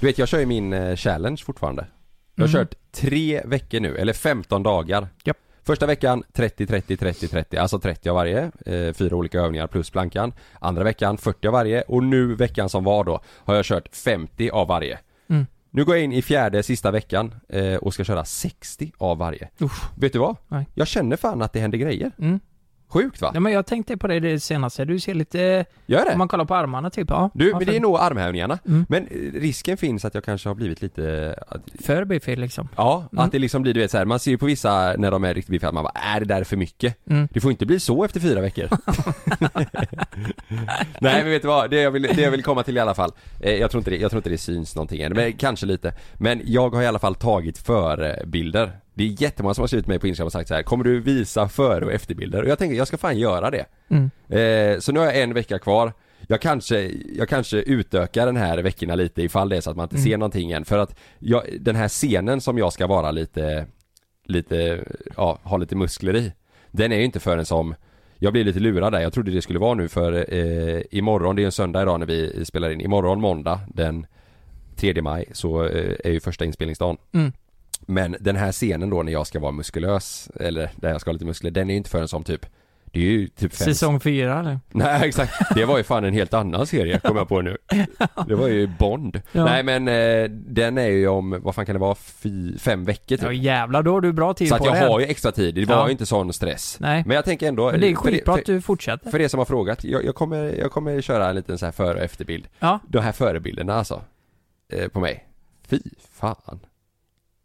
Speaker 1: Du vet, jag kör ju min eh, challenge fortfarande. Jag har
Speaker 3: Mm.
Speaker 1: kört tre veckor nu, eller 15 dagar.
Speaker 3: Japp.
Speaker 1: Första veckan 30, 30, 30, 30, alltså 30 av varje, eh, fyra olika övningar plus plankan. Andra veckan 40 av varje och nu veckan som var då har jag kört 50 av varje.
Speaker 3: Mm.
Speaker 1: Nu går jag in i fjärde, sista veckan eh, och ska köra 60 av varje.
Speaker 3: Usch.
Speaker 1: Vet du vad?
Speaker 3: Nej.
Speaker 1: Jag känner fan att det händer grejer.
Speaker 3: Mm.
Speaker 1: Sjukt va?
Speaker 3: Ja, men jag tänkte på det, det senaste. Du ser lite...
Speaker 1: Gör det?
Speaker 3: Om man Mm. kollar på armarna typ. Ja.
Speaker 1: Du,
Speaker 3: ja,
Speaker 1: men
Speaker 3: för-
Speaker 1: det är nog armhävningarna. Men eh, risken finns att jag kanske har blivit lite... Att,
Speaker 3: För biffig liksom.
Speaker 1: ja, att det liksom blir du vet så här. man ser ju på vissa när de är riktigt biffiga att man bara är det där är för mycket?
Speaker 3: Mm.
Speaker 1: Det får inte bli så efter fyra veckor. Nej men vet du vad, det jag, vill, det jag vill komma till i alla fall. Eh, jag, tror inte det, jag tror inte det syns någonting än, men kanske lite. Men jag har i alla fall tagit förbilder. Det är jättemånga som har skrivit till mig på Instagram och sagt så här. kommer du visa före och efterbilder? Och jag tänker, jag ska fan göra det.
Speaker 3: Mm.
Speaker 1: Eh, så nu har jag en vecka kvar. Jag kanske, jag kanske utökar den här veckorna lite ifall det är så att man inte
Speaker 3: Mm.
Speaker 1: ser någonting än. För att jag, den här scenen som jag ska vara lite, lite, ja, ha lite muskler i. Den är ju inte förrän som, jag blir lite lurad där. Jag trodde det skulle vara nu för eh, imorgon, det är en söndag idag när vi spelar in. Imorgon måndag den 3 maj så eh, är ju första inspelningsdagen.
Speaker 3: Mm.
Speaker 1: Men den här scenen då när jag ska vara muskulös, eller där jag ska ha lite muskler, den är ju inte förrän som typ det är ju typ fem,
Speaker 3: Säsong fyra eller?
Speaker 1: Nej exakt, det var ju fan en helt annan serie kom jag på nu Det var ju Bond
Speaker 3: Ja.
Speaker 1: Nej men eh, den är ju om, vad fan kan det vara, fy, fem veckor
Speaker 3: Ja
Speaker 1: typ
Speaker 3: jävlar, då har du bra tid
Speaker 1: Så
Speaker 3: på
Speaker 1: att jag
Speaker 3: det.
Speaker 1: har ju extra tid, det var
Speaker 3: Ja.
Speaker 1: ju inte sån stress
Speaker 3: Nej.
Speaker 1: Men jag tänker ändå
Speaker 3: Men det är
Speaker 1: för
Speaker 3: skitbra typ.
Speaker 1: för-
Speaker 3: att du fortsätter.
Speaker 1: För er som har frågat, jag, jag, kommer, jag kommer köra en liten så här före och efterbild
Speaker 3: Ja.
Speaker 1: De här förebilderna alltså eh, På mig Fy fan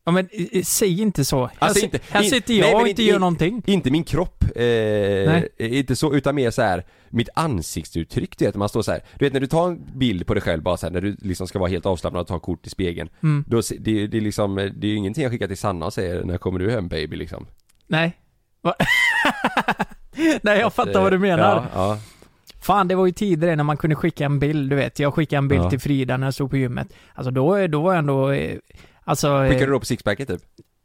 Speaker 3: Ja men i- i- säg inte så. Här,
Speaker 1: Alltså
Speaker 3: si-
Speaker 1: inte-
Speaker 3: här
Speaker 1: in-
Speaker 3: sitter
Speaker 1: nej,
Speaker 3: jag
Speaker 1: men
Speaker 3: och
Speaker 1: inte-
Speaker 3: inte gör
Speaker 1: in-
Speaker 3: någonting.
Speaker 1: Inte min kropp, eh,
Speaker 3: Nej.
Speaker 1: inte så, utan mer så här mitt ansiktsuttryck du vet, när man står så här. Du vet när du tar en bild på dig själv bara så här, när du liksom ska vara helt avslappnad och ta kort i spegeln.
Speaker 3: Mm.
Speaker 1: Då, se- det, det är liksom, det är ju ingenting jag skickar till Sanna och säger när kommer du hem baby liksom.
Speaker 3: Nej. Va? nej jag fattar
Speaker 1: Eh,
Speaker 3: vad du menar.
Speaker 1: Ja, ja.
Speaker 3: Fan, det var ju tidigare när man kunde skicka en bild, du vet. Jag skickade en bild
Speaker 1: Ja.
Speaker 3: till Frida när jag stod på gymmet. Alltså då, då var jag ändå... eh, Alltså... eh,
Speaker 1: Skickar du då på sixpacket typ?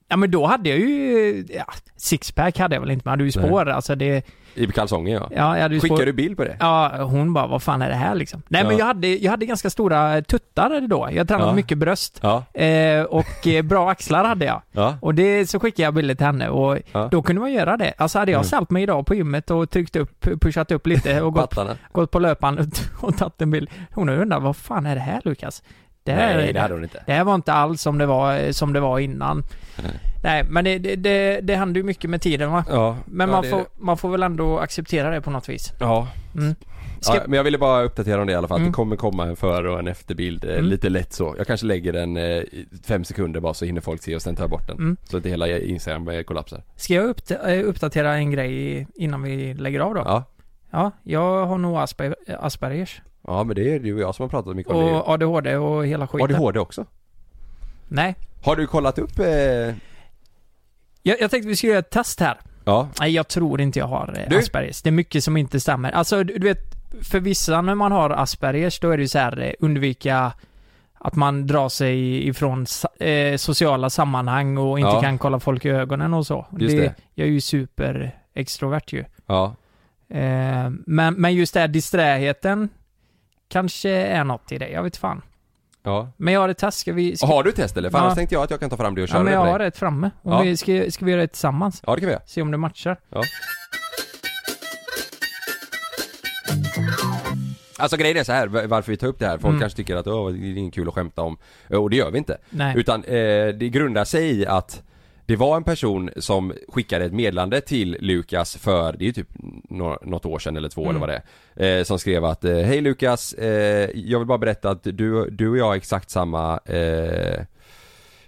Speaker 3: Ja men då hade jag ju... eh, Ja, sixpack hade jag väl inte, men jag hade ju spår. Alltså det...
Speaker 1: I kalsonger ja.
Speaker 3: Ja, jag hade ju spår.
Speaker 1: Skickar du bild på det?
Speaker 3: Ja, hon bara, vad fan är det här liksom? Nej
Speaker 1: Ja.
Speaker 3: men jag hade, jag hade ganska stora tuttar då. Jag tränade
Speaker 1: Ja.
Speaker 3: mycket bröst.
Speaker 1: Ja.
Speaker 3: Eh, och eh, bra axlar hade jag.
Speaker 1: Ja.
Speaker 3: Och det, så skickade jag bilder till henne och
Speaker 1: Ja.
Speaker 3: då kunde man göra det. Alltså hade jag
Speaker 1: Mm.
Speaker 3: satt mig idag på gymmet och tryckt upp, pushat upp lite och gått,
Speaker 1: Pattarna?
Speaker 3: gått på löpan och, och tagit en bild. Hon undrar, vad fan är det här Lukas? Det här,
Speaker 1: Nej det hade hon inte. Mm.
Speaker 3: det här var inte alls som det var, som det var innan. Nej, men det, det, det, det händer ju mycket med tiden va?
Speaker 1: Ja.
Speaker 3: Men
Speaker 1: ja,
Speaker 3: man,
Speaker 1: det-
Speaker 3: får, man får väl ändå acceptera det på något vis.
Speaker 1: Ja.
Speaker 3: Mm.
Speaker 1: Ja,
Speaker 3: Ska-
Speaker 1: men jag ville bara uppdatera om det i alla fall.
Speaker 3: Mm.
Speaker 1: Det kommer komma en före och en efterbild eh,
Speaker 3: Mm.
Speaker 1: lite lätt så. Jag kanske lägger den eh, i fem sekunder bara så hinner folk se och sen tar jag bort den.
Speaker 3: Mm.
Speaker 1: Så att det hela Instagram eh, kollapsar.
Speaker 3: Ska jag uppt- eh, uppdatera en grej innan vi lägger av då?
Speaker 1: Ja.
Speaker 3: Ja, jag har nog Asper- Aspergers.
Speaker 1: Ja men det är du och jag som har pratat mycket om
Speaker 3: Och ADHD och hela
Speaker 1: det.
Speaker 3: skiten.
Speaker 1: ADHD också?
Speaker 3: Nej.
Speaker 1: Har du kollat upp? Eh...
Speaker 3: Jag, jag tänkte vi skulle göra ett test här.
Speaker 1: Ja.
Speaker 3: Nej, jag tror inte jag har eh,
Speaker 1: Du?
Speaker 3: Aspergers. Det är mycket som inte stämmer. Alltså, du, du vet, för vissa när man har Aspergers, då är det ju så här eh, undvika att man drar sig ifrån sa- eh, sociala sammanhang och inte
Speaker 1: Ja.
Speaker 3: kan kolla folk i ögonen och så.
Speaker 1: Just det.
Speaker 3: Jag är ju superextrovert ju.
Speaker 1: Ja.
Speaker 3: Eh, men, men just det här disträheten kanske är något i det. Jag vet fan.
Speaker 1: Ja.
Speaker 3: Men jag har ett test. Ska vi... Ska,
Speaker 1: Har du ett test eller? För
Speaker 3: Ja.
Speaker 1: annars tänkte jag att jag kan ta fram det och köra
Speaker 3: ja, men
Speaker 1: det
Speaker 3: jag
Speaker 1: på
Speaker 3: har
Speaker 1: dig.
Speaker 3: ett framme. Om
Speaker 1: Ja.
Speaker 3: vi, ska, ska vi göra det tillsammans?
Speaker 1: Ja det kan vi göra.
Speaker 3: Se om det matchar.
Speaker 1: Ja. Alltså grejen är så här, va- varför vi tar upp det här, folk
Speaker 3: Mm.
Speaker 1: kanske tycker att Åh, det är inget kul att skämta om Eh, och det gör vi inte.
Speaker 3: Nej.
Speaker 1: Utan eh, det grundar sig i att det var en person som skickade ett meddelande till Lukas för, det är ju typ nå- något år sedan eller två
Speaker 3: Mm.
Speaker 1: eller vad det är. Eh, som skrev att eh, Hej Lukas, eh, jag vill bara berätta att du, du och jag har exakt samma eh,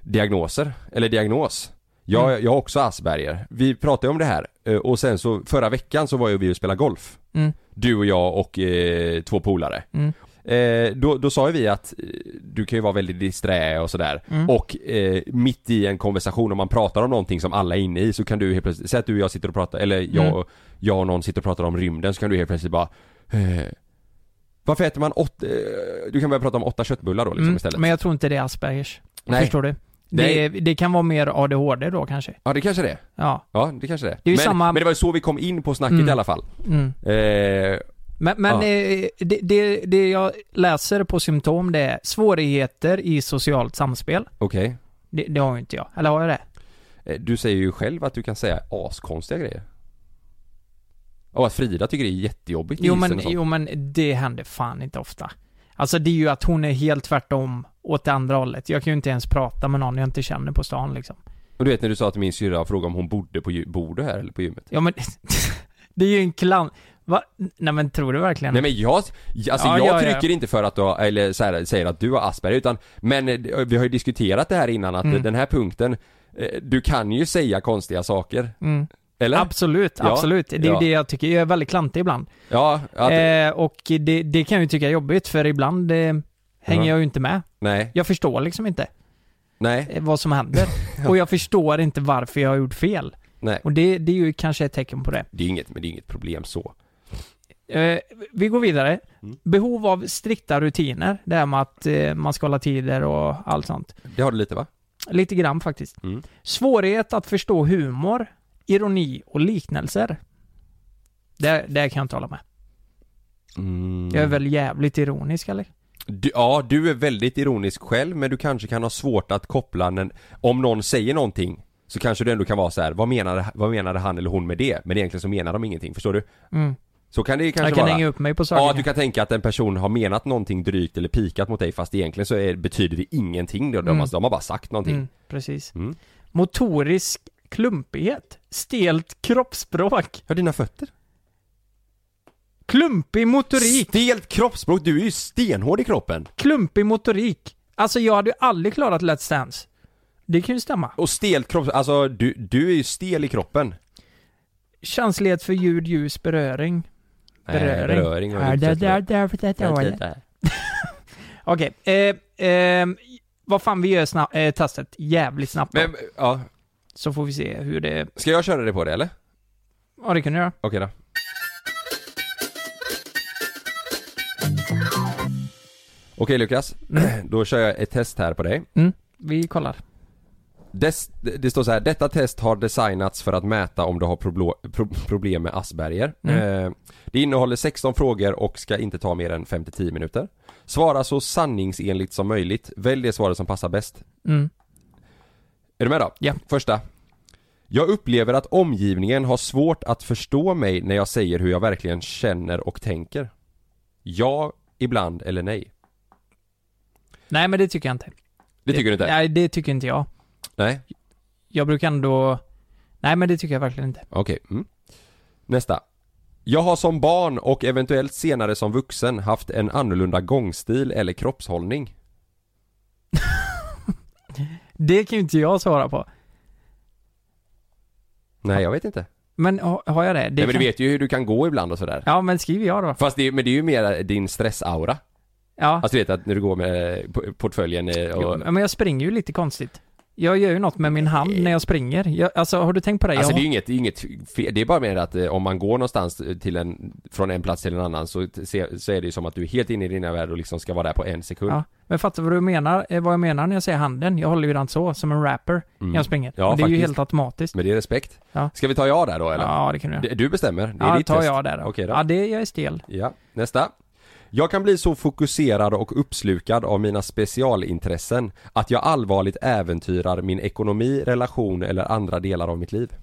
Speaker 1: diagnoser, eller diagnos. Jag,
Speaker 3: Mm.
Speaker 1: jag har också Asperger. Vi pratade om det här eh, och sen så förra veckan så var ju vi och spelade golf.
Speaker 3: Mm.
Speaker 1: Du och jag och eh, två polare.
Speaker 3: Mm.
Speaker 1: Eh, då, då sa ju vi att eh, du kan ju vara väldigt disträ och sådär.
Speaker 3: Mm.
Speaker 1: Och eh, mitt i en konversation om man pratar om någonting som alla är inne i så kan du helt plötsligt, säg att du och jag sitter och pratar, eller jag,
Speaker 3: Mm.
Speaker 1: och- jag och någon sitter och pratar om rymden så kan du helt plötsligt bara eh, Varför äter man åtta, eh, du kan börja prata om åtta köttbullar då liksom
Speaker 3: Mm,
Speaker 1: istället.
Speaker 3: Men jag tror inte det är Aspergers.
Speaker 1: Nej.
Speaker 3: Förstår du?
Speaker 1: Nej.
Speaker 3: Det, det kan vara mer ADHD då kanske.
Speaker 1: Ja det kanske det är.
Speaker 3: Ja.
Speaker 1: Ja det kanske det är.
Speaker 3: Det är ju
Speaker 1: men,
Speaker 3: samma-
Speaker 1: men det var ju så vi kom in på snacket
Speaker 3: Mm.
Speaker 1: i alla fall.
Speaker 3: Mm.
Speaker 1: Eh,
Speaker 3: Men, men
Speaker 1: Ja.
Speaker 3: eh, det, det, det jag läser på symptom det är svårigheter i socialt samspel.
Speaker 1: Okej.
Speaker 3: Det, det har ju inte jag. Eller har jag det?
Speaker 1: Eh, Du säger ju själv att du kan säga askonstiga grejer. Och att Frida tycker det är jättejobbigt
Speaker 3: Jo
Speaker 1: hilsen
Speaker 3: men,
Speaker 1: och sånt.
Speaker 3: jo men det händer fan inte ofta. Alltså det är ju att hon är helt tvärtom åt det andra hållet. Jag kan ju inte ens prata med någon jag inte känner på stan liksom.
Speaker 1: Och du vet när du sa till min syrra och frågade om hon bodde på gy- bor du här eller på gymmet?
Speaker 3: Ja men Det är ju en clown. Va? Nej men tror du verkligen
Speaker 1: Nej men jag, alltså jag
Speaker 3: Ja, ja, ja.
Speaker 1: trycker inte för att du har, eller så här, säger att du har Asperger utan Men eh, vi har ju diskuterat det här innan att
Speaker 3: Mm.
Speaker 1: den här punkten eh, Du kan ju säga konstiga saker
Speaker 3: Mm.
Speaker 1: Eller?
Speaker 3: Absolut,
Speaker 1: Ja.
Speaker 3: absolut. Det är ju
Speaker 1: Ja.
Speaker 3: det jag tycker. Jag är väldigt klantig ibland.
Speaker 1: Ja, att,
Speaker 3: Eh, och det, det kan jag ju tycka är jobbigt för ibland eh, hänger
Speaker 1: Mhm.
Speaker 3: jag ju inte med.
Speaker 1: nej,
Speaker 3: Jag förstår liksom inte
Speaker 1: nej,
Speaker 3: eh, vad som händer. och jag förstår inte varför jag har gjort fel.
Speaker 1: nej
Speaker 3: Och det, det är ju kanske ett tecken på det.
Speaker 1: Det är inget, men det är inget problem så
Speaker 3: Eh, vi går vidare.
Speaker 1: Mm.
Speaker 3: Behov av strikta rutiner. Det här med att eh, man ska hålla tider och allt sånt.
Speaker 1: Det har du lite va?
Speaker 3: Lite grann faktiskt.
Speaker 1: Mm.
Speaker 3: Svårighet att förstå humor, ironi och liknelser. Det, det kan jag inte hålla med.
Speaker 1: Mm.
Speaker 3: Jag är väl jävligt ironisk eller?
Speaker 1: Du, ja, du är väldigt ironisk själv men du kanske kan ha svårt att koppla när, Om någon säger någonting Så kanske du ändå kan vara så här, vad menade, vad menade han eller hon med det? Men egentligen så menar de ingenting, förstår du?
Speaker 3: Mm.
Speaker 1: Så kan det kanske
Speaker 3: Jag kan
Speaker 1: vara.
Speaker 3: hänga upp mig på saker.
Speaker 1: Ja, att du kan tänka att en person har menat någonting drygt eller pikat mot dig fast egentligen så är, betyder det ingenting. De,
Speaker 3: Mm.
Speaker 1: mm. de har bara sagt någonting.
Speaker 3: Mm, precis.
Speaker 1: Mm.
Speaker 3: Motorisk klumpighet, stelt kroppsspråk,
Speaker 1: Ja, dina fötter.
Speaker 3: klumpig motorik,
Speaker 1: Stelt kroppsspråk, du är ju stenhård i kroppen.
Speaker 3: klumpig motorik. Alltså jag hade ju aldrig klarat Let's Dance. Det kan ju stämma.
Speaker 1: Och stelt kropp, alltså du, du är ju stel i kroppen.
Speaker 3: Känslighet för ljud, ljus, beröring.
Speaker 1: Nej,
Speaker 3: Beröring.
Speaker 1: beröring var det
Speaker 3: Ja,
Speaker 1: inte
Speaker 3: det-
Speaker 1: så bra.
Speaker 3: det- därför typ det är dåligt. Okej, eh, eh, vad fan vi gör snabbt, eh, testet jävligt snabbt då.
Speaker 1: Men, ja,
Speaker 3: Så får vi se hur det,
Speaker 1: ska jag köra det på det eller?
Speaker 3: ja det kan du göra.
Speaker 1: Okej då. Okej Lukas, då kör jag ett test här på dig.
Speaker 3: Mm, vi kollar.
Speaker 1: Des, det står så här, detta test har designats för att mäta om du har problo- pro, problem med Asperger.
Speaker 3: Mm.
Speaker 1: Eh, det innehåller 16 frågor och ska inte ta mer än 5-10 minuter. Svara så sanningsenligt som möjligt. Välj det svaret som passar bäst.
Speaker 3: Mm.
Speaker 1: Är du med då?
Speaker 3: Ja.
Speaker 1: Första. Jag upplever att omgivningen har svårt att förstå mig när jag säger hur jag verkligen känner och tänker. Ja, ibland eller nej.
Speaker 3: Nej men det tycker jag inte.
Speaker 1: Det tycker du inte?
Speaker 3: Nej, det tycker inte jag.
Speaker 1: Nej.
Speaker 3: Jag brukar ändå... Nej, men det tycker jag verkligen inte.
Speaker 1: Okej, mm. Nästa. Jag har som barn och eventuellt senare som vuxen haft en annorlunda gångstil eller kroppshållning.
Speaker 3: Det kan ju inte jag svara på.
Speaker 1: Nej, jag vet inte.
Speaker 3: Men ha- har jag det? det
Speaker 1: Nej, men du
Speaker 3: kan...
Speaker 1: vet ju hur du kan gå ibland och sådär.
Speaker 3: Ja, men skriver jag då?
Speaker 1: Fast det, är- men det är ju mer din stressaura.
Speaker 3: Ja.
Speaker 1: Alltså du vet att när du går med eh, po- portföljen eh, och...
Speaker 3: Jo, men jag springer ju lite konstigt. Jag gör ju något med min hand när jag springer. Jag, alltså, har du tänkt på det?
Speaker 1: Alltså
Speaker 3: jag...
Speaker 1: det är ju inget, det är inget fel, det är bara mer att eh, om man går någonstans eh, till en, från en plats till en annan så, t- se- så är det ju som att du är helt inne i dina värld och liksom ska vara där på en sekund.
Speaker 3: Ja. Men fattar du vad du menar? eh, Vad jag menar när jag säger handen? Jag håller ju den så, som en rapper,
Speaker 1: Mm.
Speaker 3: när jag springer.
Speaker 1: Ja,
Speaker 3: Och det är ju
Speaker 1: faktiskt.
Speaker 3: helt automatiskt.
Speaker 1: Men det är respekt.
Speaker 3: Ja.
Speaker 1: Ska vi ta jag där då eller?
Speaker 3: Ja, det kan du göra.
Speaker 1: D- Du bestämmer, det är
Speaker 3: Ja,
Speaker 1: ditt
Speaker 3: tar
Speaker 1: test.
Speaker 3: jag där då.
Speaker 1: Okej då.
Speaker 3: Ja, det, jag är stel.
Speaker 1: Ja, nästa. Jag kan bli så fokuserad och uppslukad av mina specialintressen att jag allvarligt äventyrar min ekonomi, relation eller andra delar av mitt liv.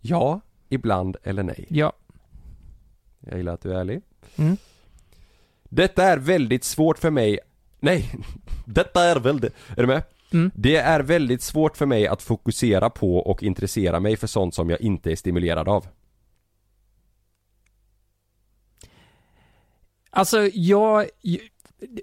Speaker 1: Ja, ibland eller nej.
Speaker 3: Ja.
Speaker 1: Jag gillar att du är ärlig.
Speaker 3: Mm.
Speaker 1: Detta är väldigt svårt för mig Nej, detta är väldigt... Är du med?
Speaker 3: Mm.
Speaker 1: Det är väldigt svårt för mig att fokusera på och intressera mig för sånt som jag inte är stimulerad av.
Speaker 3: Alltså, jag...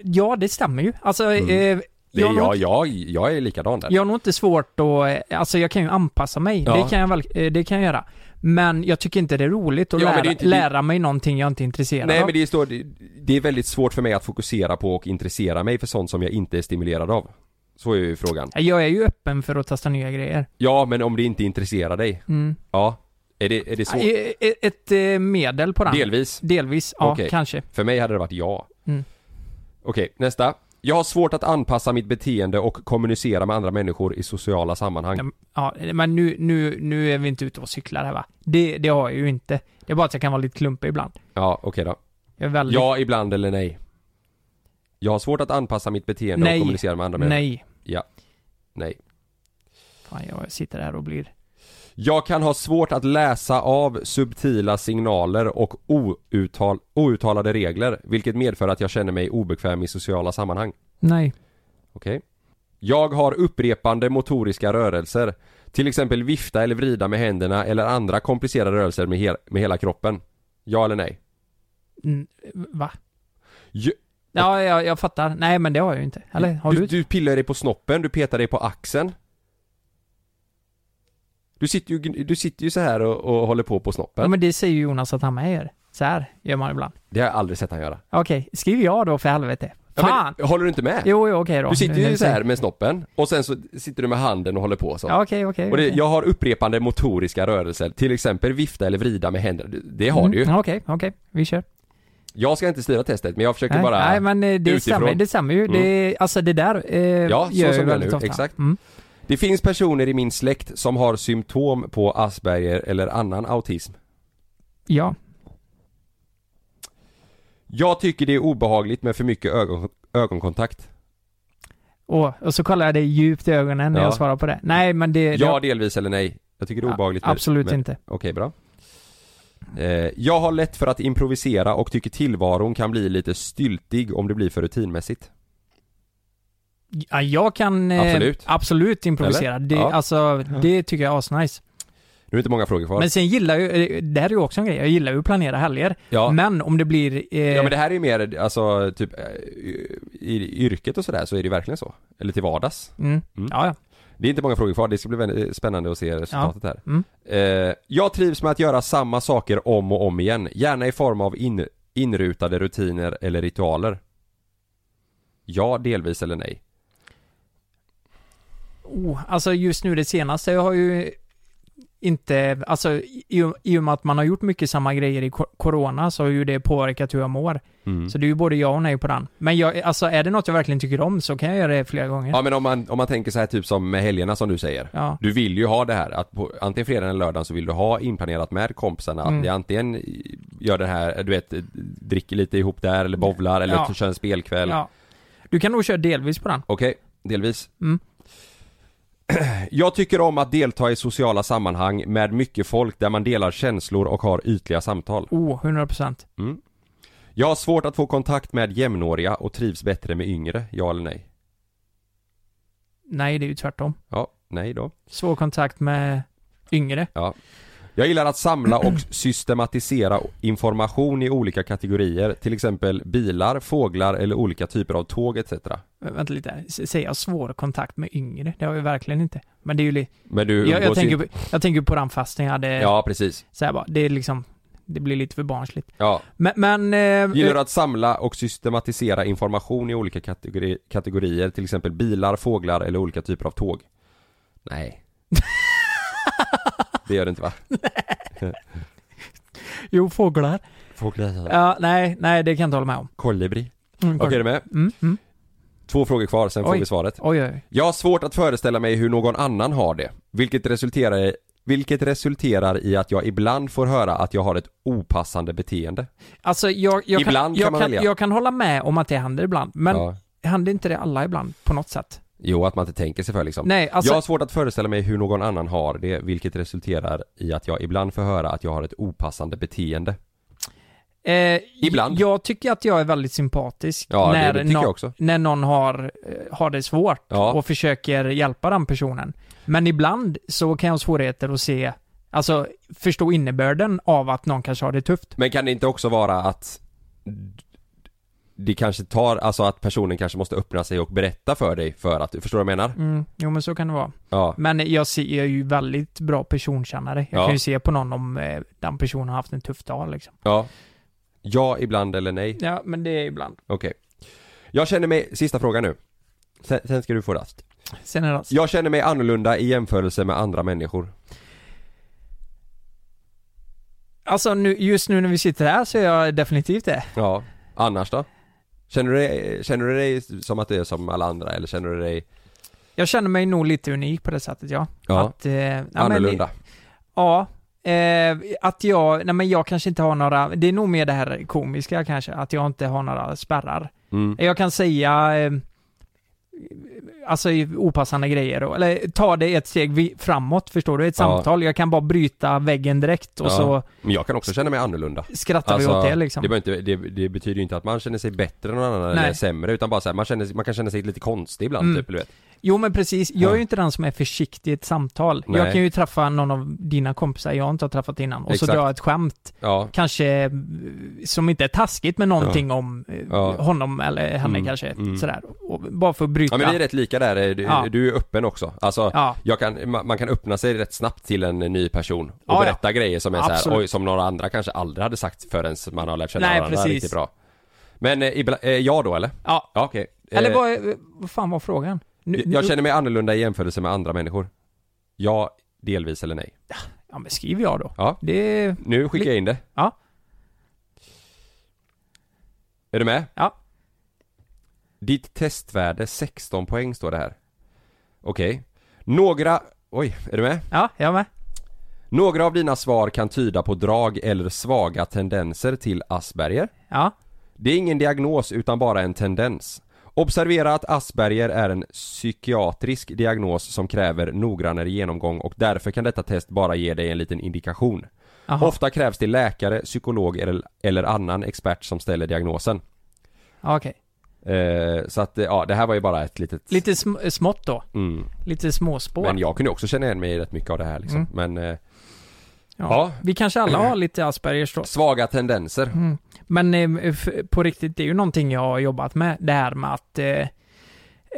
Speaker 3: Ja, det stämmer ju. Alltså, eh,
Speaker 1: Mm. Det är
Speaker 3: har nog
Speaker 1: jag, jag, jag är likadan där.
Speaker 3: Jag har nog inte svårt att, alltså jag kan ju anpassa mig,
Speaker 1: Ja.
Speaker 3: det, kan jag väl, eh, det kan jag göra. Men jag tycker inte det är roligt att
Speaker 1: Ja, men
Speaker 3: lära,
Speaker 1: det är inte-
Speaker 3: lära mig någonting jag inte är intresserad
Speaker 1: Nej
Speaker 3: av.
Speaker 1: men det står, det- det är väldigt svårt för mig att fokusera på och intressera mig för sånt som jag inte är stimulerad av. Så är ju frågan.
Speaker 3: Jag är ju öppen för att testa nya grejer.
Speaker 1: Ja men om det inte intresserar dig?
Speaker 3: Mm.
Speaker 1: Ja. Är det, är det svårt?
Speaker 3: Eh, eh, Ett eh, medel på den.
Speaker 1: Delvis.
Speaker 3: Delvis, ja
Speaker 1: Okej.
Speaker 3: kanske.
Speaker 1: För mig hade det varit ja.
Speaker 3: Mm.
Speaker 1: Okej, nästa. Jag har svårt att anpassa mitt beteende och kommunicera med andra människor i sociala sammanhang.
Speaker 3: Ja, Mm, Ja, men nu, nu, nu är vi inte ute och cyklar här va? Det, det har jag ju inte. Det är bara att jag kan vara lite klumpig ibland.
Speaker 1: Ja, okej då.
Speaker 3: Jag är väldigt...
Speaker 1: Ja, ibland eller nej. Jag har svårt att anpassa mitt beteende
Speaker 3: Nej.
Speaker 1: och kommunicera med andra människor.
Speaker 3: Nej.
Speaker 1: Ja. Nej.
Speaker 3: Fan, jag sitter här och blir...
Speaker 1: Jag kan ha svårt att läsa av subtila signaler och outtal, outtalade regler, vilket medför att jag känner mig obekväm i sociala sammanhang.
Speaker 3: Nej.
Speaker 1: Okej? Jag har upprepande motoriska rörelser. Till exempel vifta eller vrida med händerna eller andra komplicerade rörelser med, hel, med hela kroppen. Ja eller nej?
Speaker 3: Mm, Va?
Speaker 1: Ju-
Speaker 3: Ja, jag, jag fattar. Nej, men det har jag ju inte. Eller har
Speaker 1: du,
Speaker 3: du?
Speaker 1: du pillar dig på snoppen, du petar dig på axeln. Du sitter ju, gn- du sitter ju så här och, och håller på på snoppen.
Speaker 3: Ja, men det säger ju Jonas att han med gör. Så här gör man ibland.
Speaker 1: Det har jag aldrig sett han göra.
Speaker 3: Okej, skriv ja då för helvete.
Speaker 1: Ja, men
Speaker 3: Fan!
Speaker 1: håller du inte med?
Speaker 3: Jo, jo, okej då.
Speaker 1: Du sitter ju
Speaker 3: Nu
Speaker 1: så här
Speaker 3: säger-
Speaker 1: med snoppen och sen så sitter du med handen och håller på så.
Speaker 3: Ja, okej, okej.
Speaker 1: Och det,
Speaker 3: okej.
Speaker 1: jag har upprepande motoriska rörelser, till exempel vifta eller vrida med händerna. Det- Det har
Speaker 3: Mm,
Speaker 1: du ju.
Speaker 3: ja, Okej, okej. Vi kör.
Speaker 1: Jag ska inte styra testet men jag försöker
Speaker 3: Nej,
Speaker 1: bara
Speaker 3: nej, men eh, det
Speaker 1: utifrån. Mm.
Speaker 3: stämmer, det stämmer ju. Det, alltså det där eh,
Speaker 1: Ja,
Speaker 3: gör
Speaker 1: så
Speaker 3: jag
Speaker 1: som det är
Speaker 3: väldigt
Speaker 1: nu.
Speaker 3: ofta.
Speaker 1: Exakt.
Speaker 3: Mm.
Speaker 1: Det finns personer i min släkt som har symptom på Asperger eller annan autism.
Speaker 3: Ja.
Speaker 1: Jag tycker det är obehagligt med för mycket ögon, ögonkontakt.
Speaker 3: Eh, Och, och så kollar jag dig djupt i ögonen när
Speaker 1: Ja.
Speaker 3: jag svarar på det. Nej, men det...
Speaker 1: Ja, delvis eller nej. Jag tycker det är
Speaker 3: Ja,
Speaker 1: obehagligt. med-
Speaker 3: absolut
Speaker 1: med,
Speaker 3: inte.
Speaker 1: Okej, bra. Eh, jag har lätt för att improvisera och tycker tillvaron kan bli lite styltig om det blir för rutinmässigt.
Speaker 3: ja, jag kan eh,
Speaker 1: Absolut.
Speaker 3: absolut improvisera.
Speaker 1: Eller?
Speaker 3: Det,
Speaker 1: Ja.
Speaker 3: Alltså, det tycker jag är asnice.
Speaker 1: Nu är det inte många frågor kvar.
Speaker 3: Men sen gillar jag ju, eh, det här är ju också en grej, jag gillar ju att planera helger.
Speaker 1: Ja.
Speaker 3: Men om det blir... Eh,
Speaker 1: Ja men det här är ju mer, alltså typ eh, i yrket och sådär så är det verkligen så. Eller till vardags.
Speaker 3: Mm. Ja, ja.
Speaker 1: Det är inte många frågor kvar, det ska bli väldigt spännande att se resultatet här.
Speaker 3: Mm.
Speaker 1: Eh, jag trivs med att göra samma saker om och om igen, gärna i form av in, inrutade rutiner eller ritualer. Ja, delvis eller nej.
Speaker 3: Oh, alltså just nu det senaste, jag har ju inte, alltså i, i och med att man har gjort mycket samma grejer i ko- corona så har ju det påverkat hur jag mår.
Speaker 1: Mm.
Speaker 3: Så det är ju både ja och nej på den. Men jag, alltså är det något jag verkligen tycker om så kan jag göra det flera gånger.
Speaker 1: Ja men om man, om man tänker så här typ som med helgerna som du säger.
Speaker 3: Ja.
Speaker 1: Du vill ju ha det här att på, antingen fredagen eller lördagen så vill du ha inplanerat med kompisarna
Speaker 3: Mm.
Speaker 1: att ni antingen gör det här, du vet, dricker lite ihop där eller bowlar eller
Speaker 3: Ja.
Speaker 1: kör en spelkväll.
Speaker 3: Ja. Du kan nog köra delvis på den.
Speaker 1: Okej, delvis.
Speaker 3: Mm.
Speaker 1: Jag tycker om att delta i sociala sammanhang med mycket folk där man delar känslor och har ytliga samtal.
Speaker 3: Oh, 100%.
Speaker 1: Mm. Jag har svårt att få kontakt med jämnåriga och trivs bättre med yngre, ja eller nej?
Speaker 3: Nej, det är ju tvärtom.
Speaker 1: Ja, nej då.
Speaker 3: Svår kontakt med yngre.
Speaker 1: Ja. Jag gillar att samla och systematisera information i olika kategorier, till exempel bilar, fåglar eller olika typer av tåg etc.
Speaker 3: Vä- Vänta lite här. S- Säger jag svår kontakt med yngre? Det har jag verkligen inte. Men det är ju li-
Speaker 1: Men du
Speaker 3: jag, jag,
Speaker 1: umgås ju
Speaker 3: tänker
Speaker 1: inte-
Speaker 3: på, jag tänker på den festen jag hade.
Speaker 1: Ja, precis.
Speaker 3: Så här bara, det är liksom, det blir lite för barnsligt.
Speaker 1: Ja.
Speaker 3: Men, men eh,
Speaker 1: Gillar
Speaker 3: eh,
Speaker 1: du att samla och systematisera information i olika kategori- kategorier, till exempel bilar, fåglar eller olika typer av tåg? Nej. Det gör du inte va?
Speaker 3: jo fåglar.
Speaker 1: Fåglar.
Speaker 3: Ja, nej, nej det kan jag inte hålla med om.
Speaker 1: Kolibri.
Speaker 3: Mm,
Speaker 1: Okej, är du med?
Speaker 3: Mm, mm.
Speaker 1: Två frågor kvar, sen får
Speaker 3: Oj.
Speaker 1: vi svaret.
Speaker 3: Oj, oj.
Speaker 1: Jag har svårt att föreställa mig hur någon annan har det, vilket resulterar i, vilket resulterar i att jag ibland får höra att jag har ett opassande beteende.
Speaker 3: Alltså jag, jag,
Speaker 1: Ibland kan
Speaker 3: kan, jag,
Speaker 1: man välja.
Speaker 3: jag kan hålla med om att det händer ibland, men
Speaker 1: Ja.
Speaker 3: händer inte det alla ibland på något sätt?
Speaker 1: Jo, att man inte tänker sig för liksom.
Speaker 3: Nej, alltså-
Speaker 1: Jag har svårt att föreställa mig hur någon annan har det, vilket resulterar i att jag ibland får höra att jag har ett opassande beteende.
Speaker 3: Eh,
Speaker 1: Ibland.
Speaker 3: Jag tycker att jag är väldigt sympatisk
Speaker 1: Ja, det-
Speaker 3: när,
Speaker 1: det tycker
Speaker 3: nå-
Speaker 1: jag också.
Speaker 3: när någon har, eh, har det svårt
Speaker 1: Ja.
Speaker 3: och försöker hjälpa den personen. Men ibland så kan jag ha svårigheter att se, alltså förstå innebörden av att någon kanske har det tufft.
Speaker 1: Men kan det inte också vara att det kanske tar, alltså att personen kanske måste öppna sig och berätta för dig för att, förstår du vad jag menar?
Speaker 3: Mm, jo men så kan det vara.
Speaker 1: Ja.
Speaker 3: Men jag, ser, jag är ju väldigt bra personkännare. Jag
Speaker 1: Ja.
Speaker 3: kan ju se på någon om eh, den personen har haft en tuff dag liksom.
Speaker 1: Ja. Ja, ibland eller nej.
Speaker 3: Ja, men det är ibland.
Speaker 1: Okej. Jag känner mig, sista frågan nu. Sen, sen ska du få rast.
Speaker 3: Sen är det alltså.
Speaker 1: Jag känner mig annorlunda i jämförelse med andra människor.
Speaker 3: Alltså nu, just nu när vi sitter här så är jag definitivt det.
Speaker 1: Ja. Annars då? Känner du dig, känner du dig som att du är som alla andra eller känner du dig
Speaker 3: Jag känner mig nog lite unik på det sättet ja.
Speaker 1: Ja.
Speaker 3: Att, eh, ja, men-
Speaker 1: annorlunda?
Speaker 3: Ja. Eh, att jag, nej men jag kanske inte har några, det är nog mer det här komiska kanske, att jag inte har några spärrar.
Speaker 1: Mm.
Speaker 3: Jag kan säga eh, Alltså opassande grejer och, eller ta det ett steg vi- framåt förstår du, ett
Speaker 1: Ja.
Speaker 3: samtal. Jag kan bara bryta väggen direkt och
Speaker 1: Ja.
Speaker 3: så
Speaker 1: Men jag kan också känna mig annorlunda. Alltså,
Speaker 3: skrattar vi åt det liksom.
Speaker 1: det, behöver inte, det, det betyder ju inte att man känner sig bättre än någon annan
Speaker 3: Nej.
Speaker 1: eller sämre utan bara så här, man, känner, sig- man kan känna sig lite konstig ibland
Speaker 3: Mm.
Speaker 1: typ, du vet.
Speaker 3: Jo men precis, jag är ju inte den som är försiktig i ett samtal.
Speaker 1: Nej.
Speaker 3: Jag kan ju träffa någon av dina kompisar jag inte har träffat innan och så
Speaker 1: Exakt.
Speaker 3: dra ett skämt.
Speaker 1: Ja.
Speaker 3: Kanske eh, som inte är taskigt men någonting
Speaker 1: Ja.
Speaker 3: om eh,
Speaker 1: Ja.
Speaker 3: honom eller henne
Speaker 1: Mm,
Speaker 3: kanske.
Speaker 1: mm.
Speaker 3: Sådär. Och bara för att bryta.
Speaker 1: Ja men vi är rätt lika där, du,
Speaker 3: Ja.
Speaker 1: du är öppen också. Alltså,
Speaker 3: Ja.
Speaker 1: jag kan, ma- man kan öppna sig rätt snabbt till en ny person och
Speaker 3: Ja, ja.
Speaker 1: berätta grejer som är så här,
Speaker 3: Absolut.
Speaker 1: oj, som några andra kanske aldrig hade sagt förrän man har lärt känna
Speaker 3: Nej,
Speaker 1: varandra
Speaker 3: precis.
Speaker 1: riktigt bra. Men eh, ibla- eh, jag då eller?
Speaker 3: Ja.
Speaker 1: ja okej. Eh,
Speaker 3: Eller vad, eh, vad fan var frågan? Nu-
Speaker 1: jag
Speaker 3: nu-
Speaker 1: känner mig annorlunda i jämförelse med andra människor. Ja, delvis eller nej.
Speaker 3: Ja men skriv jag då.
Speaker 1: Ja.
Speaker 3: Det...
Speaker 1: Nu skickar jag in det.
Speaker 3: Ja.
Speaker 1: Är du med?
Speaker 3: Ja.
Speaker 1: Ditt testvärde 16 poäng står det här. Okej. Några... Oj, är du med?
Speaker 3: Ja, jag med.
Speaker 1: Några av dina svar kan tyda på drag eller svaga tendenser till Asperger.
Speaker 3: Ja.
Speaker 1: Det är ingen diagnos utan bara en tendens. Observera att Asperger är en psykiatrisk diagnos som kräver noggrannare genomgång och därför kan detta test bara ge dig en liten indikation.
Speaker 3: Aha.
Speaker 1: Ofta krävs det läkare, psykolog eller, eller annan expert som ställer diagnosen.
Speaker 3: Ja, Okej.
Speaker 1: Eh, så att, eh, ja, det här var ju bara ett litet...
Speaker 3: Lite sm- smått då.
Speaker 1: Mm.
Speaker 3: Lite småspår.
Speaker 1: Men jag kunde också känna igen mig i rätt mycket av det här liksom. Men, eh,
Speaker 3: Mm. Ja.
Speaker 1: ja.
Speaker 3: Vi kanske alla har lite Aspergers då.
Speaker 1: Svaga tendenser.
Speaker 3: Mm. Men eh, f- på riktigt, det är ju någonting jag har jobbat med. Det här med att... Eh,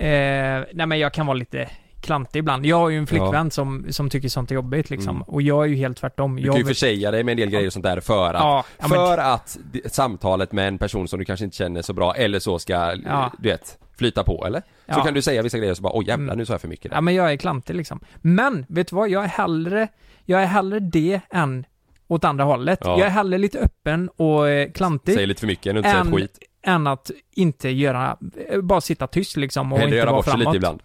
Speaker 3: eh, nej men jag kan vara lite klantig ibland. Jag har ju en flickvän som, som tycker sånt är jobbigt liksom.
Speaker 1: Mm.
Speaker 3: Och jag är ju helt tvärtom.
Speaker 1: Du
Speaker 3: jag
Speaker 1: kan ju
Speaker 3: vill-
Speaker 1: försäga dig med en del grejer och sånt där för att,
Speaker 3: Ja, ja, men- typ.
Speaker 1: för att d- samtalet med en person som du kanske inte känner så bra eller så ska,
Speaker 3: Ja.
Speaker 1: du vet, flyta på eller? Så
Speaker 3: Ja. Mm.
Speaker 1: kan du säga vissa grejer och så bara åh jävlar nu sa jag för mycket där.
Speaker 3: Ja men jag är klantig liksom. Men, vet du vad? Jag är hellre, jag är hellre det än åt andra hållet.
Speaker 1: Ja.
Speaker 3: Jag är hellre lite öppen och eh, klantig.
Speaker 1: Säger lite för mycket än att inte säga ett skit.
Speaker 3: än att inte göra, eh, bara sitta tyst liksom och
Speaker 1: Hellre
Speaker 3: inte
Speaker 1: göra
Speaker 3: vara
Speaker 1: bort sig
Speaker 3: framåt.
Speaker 1: lite ibland.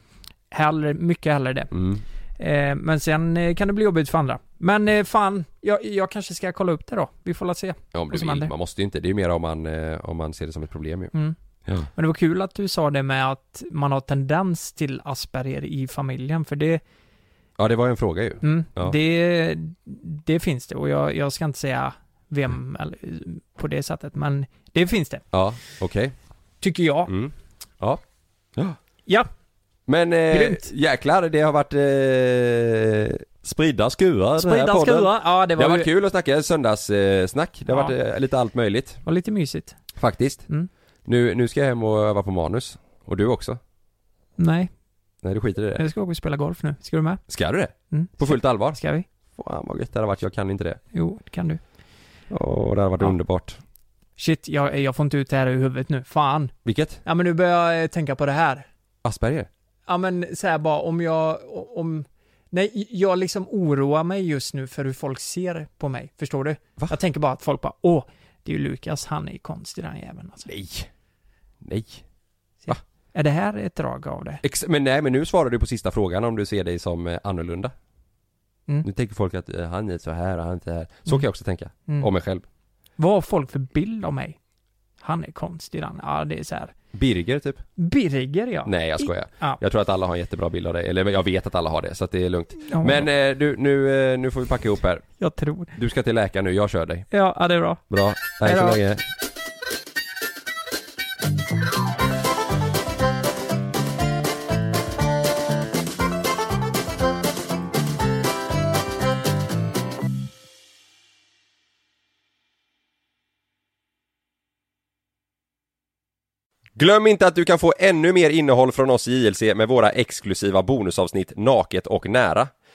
Speaker 3: Hellre, mycket hellre det.
Speaker 1: Mm.
Speaker 3: Eh, men sen eh, kan det bli jobbigt för andra. Men eh, fan, jag, jag kanske ska kolla upp det då. Vi får la se.
Speaker 1: Ja, om
Speaker 3: vad
Speaker 1: du
Speaker 3: som
Speaker 1: vill.
Speaker 3: händer.
Speaker 1: Man måste ju inte. Det är ju mer om man, eh, om man ser det som ett problem ju.
Speaker 3: Mm.
Speaker 1: Ja.
Speaker 3: Men det var kul att du sa det med att man har tendens till Asperger i familjen, för det,
Speaker 1: ja, det var ju en fråga ju.
Speaker 3: mm,
Speaker 1: Ja.
Speaker 3: det, det finns det. Och jag, jag ska inte säga
Speaker 1: Mm.
Speaker 3: vem eller, på det sättet, men det finns det,
Speaker 1: Ja, okej.
Speaker 3: tycker jag.
Speaker 1: Mm. Ja. ja.
Speaker 3: Ja,
Speaker 1: Men eh,
Speaker 3: Grymt.
Speaker 1: jäklar, det har varit eh, spridda skurar den här
Speaker 3: sprida
Speaker 1: podden.
Speaker 3: skurar. Ja, det
Speaker 1: Det, har
Speaker 3: var,
Speaker 1: varit
Speaker 3: ju,
Speaker 1: kul att snacka söndagssnack. Eh, snack. det har
Speaker 3: Ja.
Speaker 1: varit eh, lite allt möjligt.
Speaker 3: var lite mysigt.
Speaker 1: Faktiskt.
Speaker 3: Mm.
Speaker 1: Nu, nu ska jag hem och öva på manus. Och du också.
Speaker 3: Nej,
Speaker 1: Nej, du skiter i det.
Speaker 3: jag ska åka och spela golf nu. Ska du med?
Speaker 1: Ska du det?
Speaker 3: Mm.
Speaker 1: På fullt allvar?
Speaker 3: Ska vi?
Speaker 1: Fan vad gött det hade varit, jag kan inte det.
Speaker 3: Jo, det kan du.
Speaker 1: Åh, det hade varit
Speaker 3: Ja.
Speaker 1: underbart.
Speaker 3: Shit, jag, jag får inte ut det här ur huvudet nu. Fan.
Speaker 1: Vilket?
Speaker 3: Ja men nu börjar jag eh, tänka på det här.
Speaker 1: Asperger?
Speaker 3: Ja men så här bara om jag, om, nej jag liksom oroar mig just nu för hur folk ser på mig. Förstår du?
Speaker 1: Va?
Speaker 3: Jag tänker bara att folk bara, åh, det är ju Lukas, han är ju konstig den jäveln alltså.
Speaker 1: Nej. Nej.
Speaker 3: Är det här ett drag av det?
Speaker 1: Ex- men nej, men nu svarar du på sista frågan om du ser dig som eh, annorlunda.
Speaker 3: Mm.
Speaker 1: Nu tänker folk att eh, han är så här och han är så här. Så
Speaker 3: Mm.
Speaker 1: kan jag också tänka.
Speaker 3: Mm.
Speaker 1: Om mig själv.
Speaker 3: Vad har folk för bild av mig? Han är konstig den, ja det är så här.
Speaker 1: Birger typ?
Speaker 3: Birger ja.
Speaker 1: Nej, jag skojar.
Speaker 3: Ja.
Speaker 1: Jag tror att alla har en jättebra bild av dig. Eller jag vet att alla har det, så att det är lugnt.
Speaker 3: Ja,
Speaker 1: Men eh, du, nu, eh, nu får vi packa ihop här.
Speaker 3: Jag tror.
Speaker 1: Du ska till läkaren nu, jag kör dig.
Speaker 3: Ja, ja det är bra.
Speaker 1: Bra, hej så
Speaker 3: Hej då.
Speaker 1: länge. Glöm inte att du kan få ännu mer innehåll från oss i JLC med våra exklusiva bonusavsnitt Naket och nära.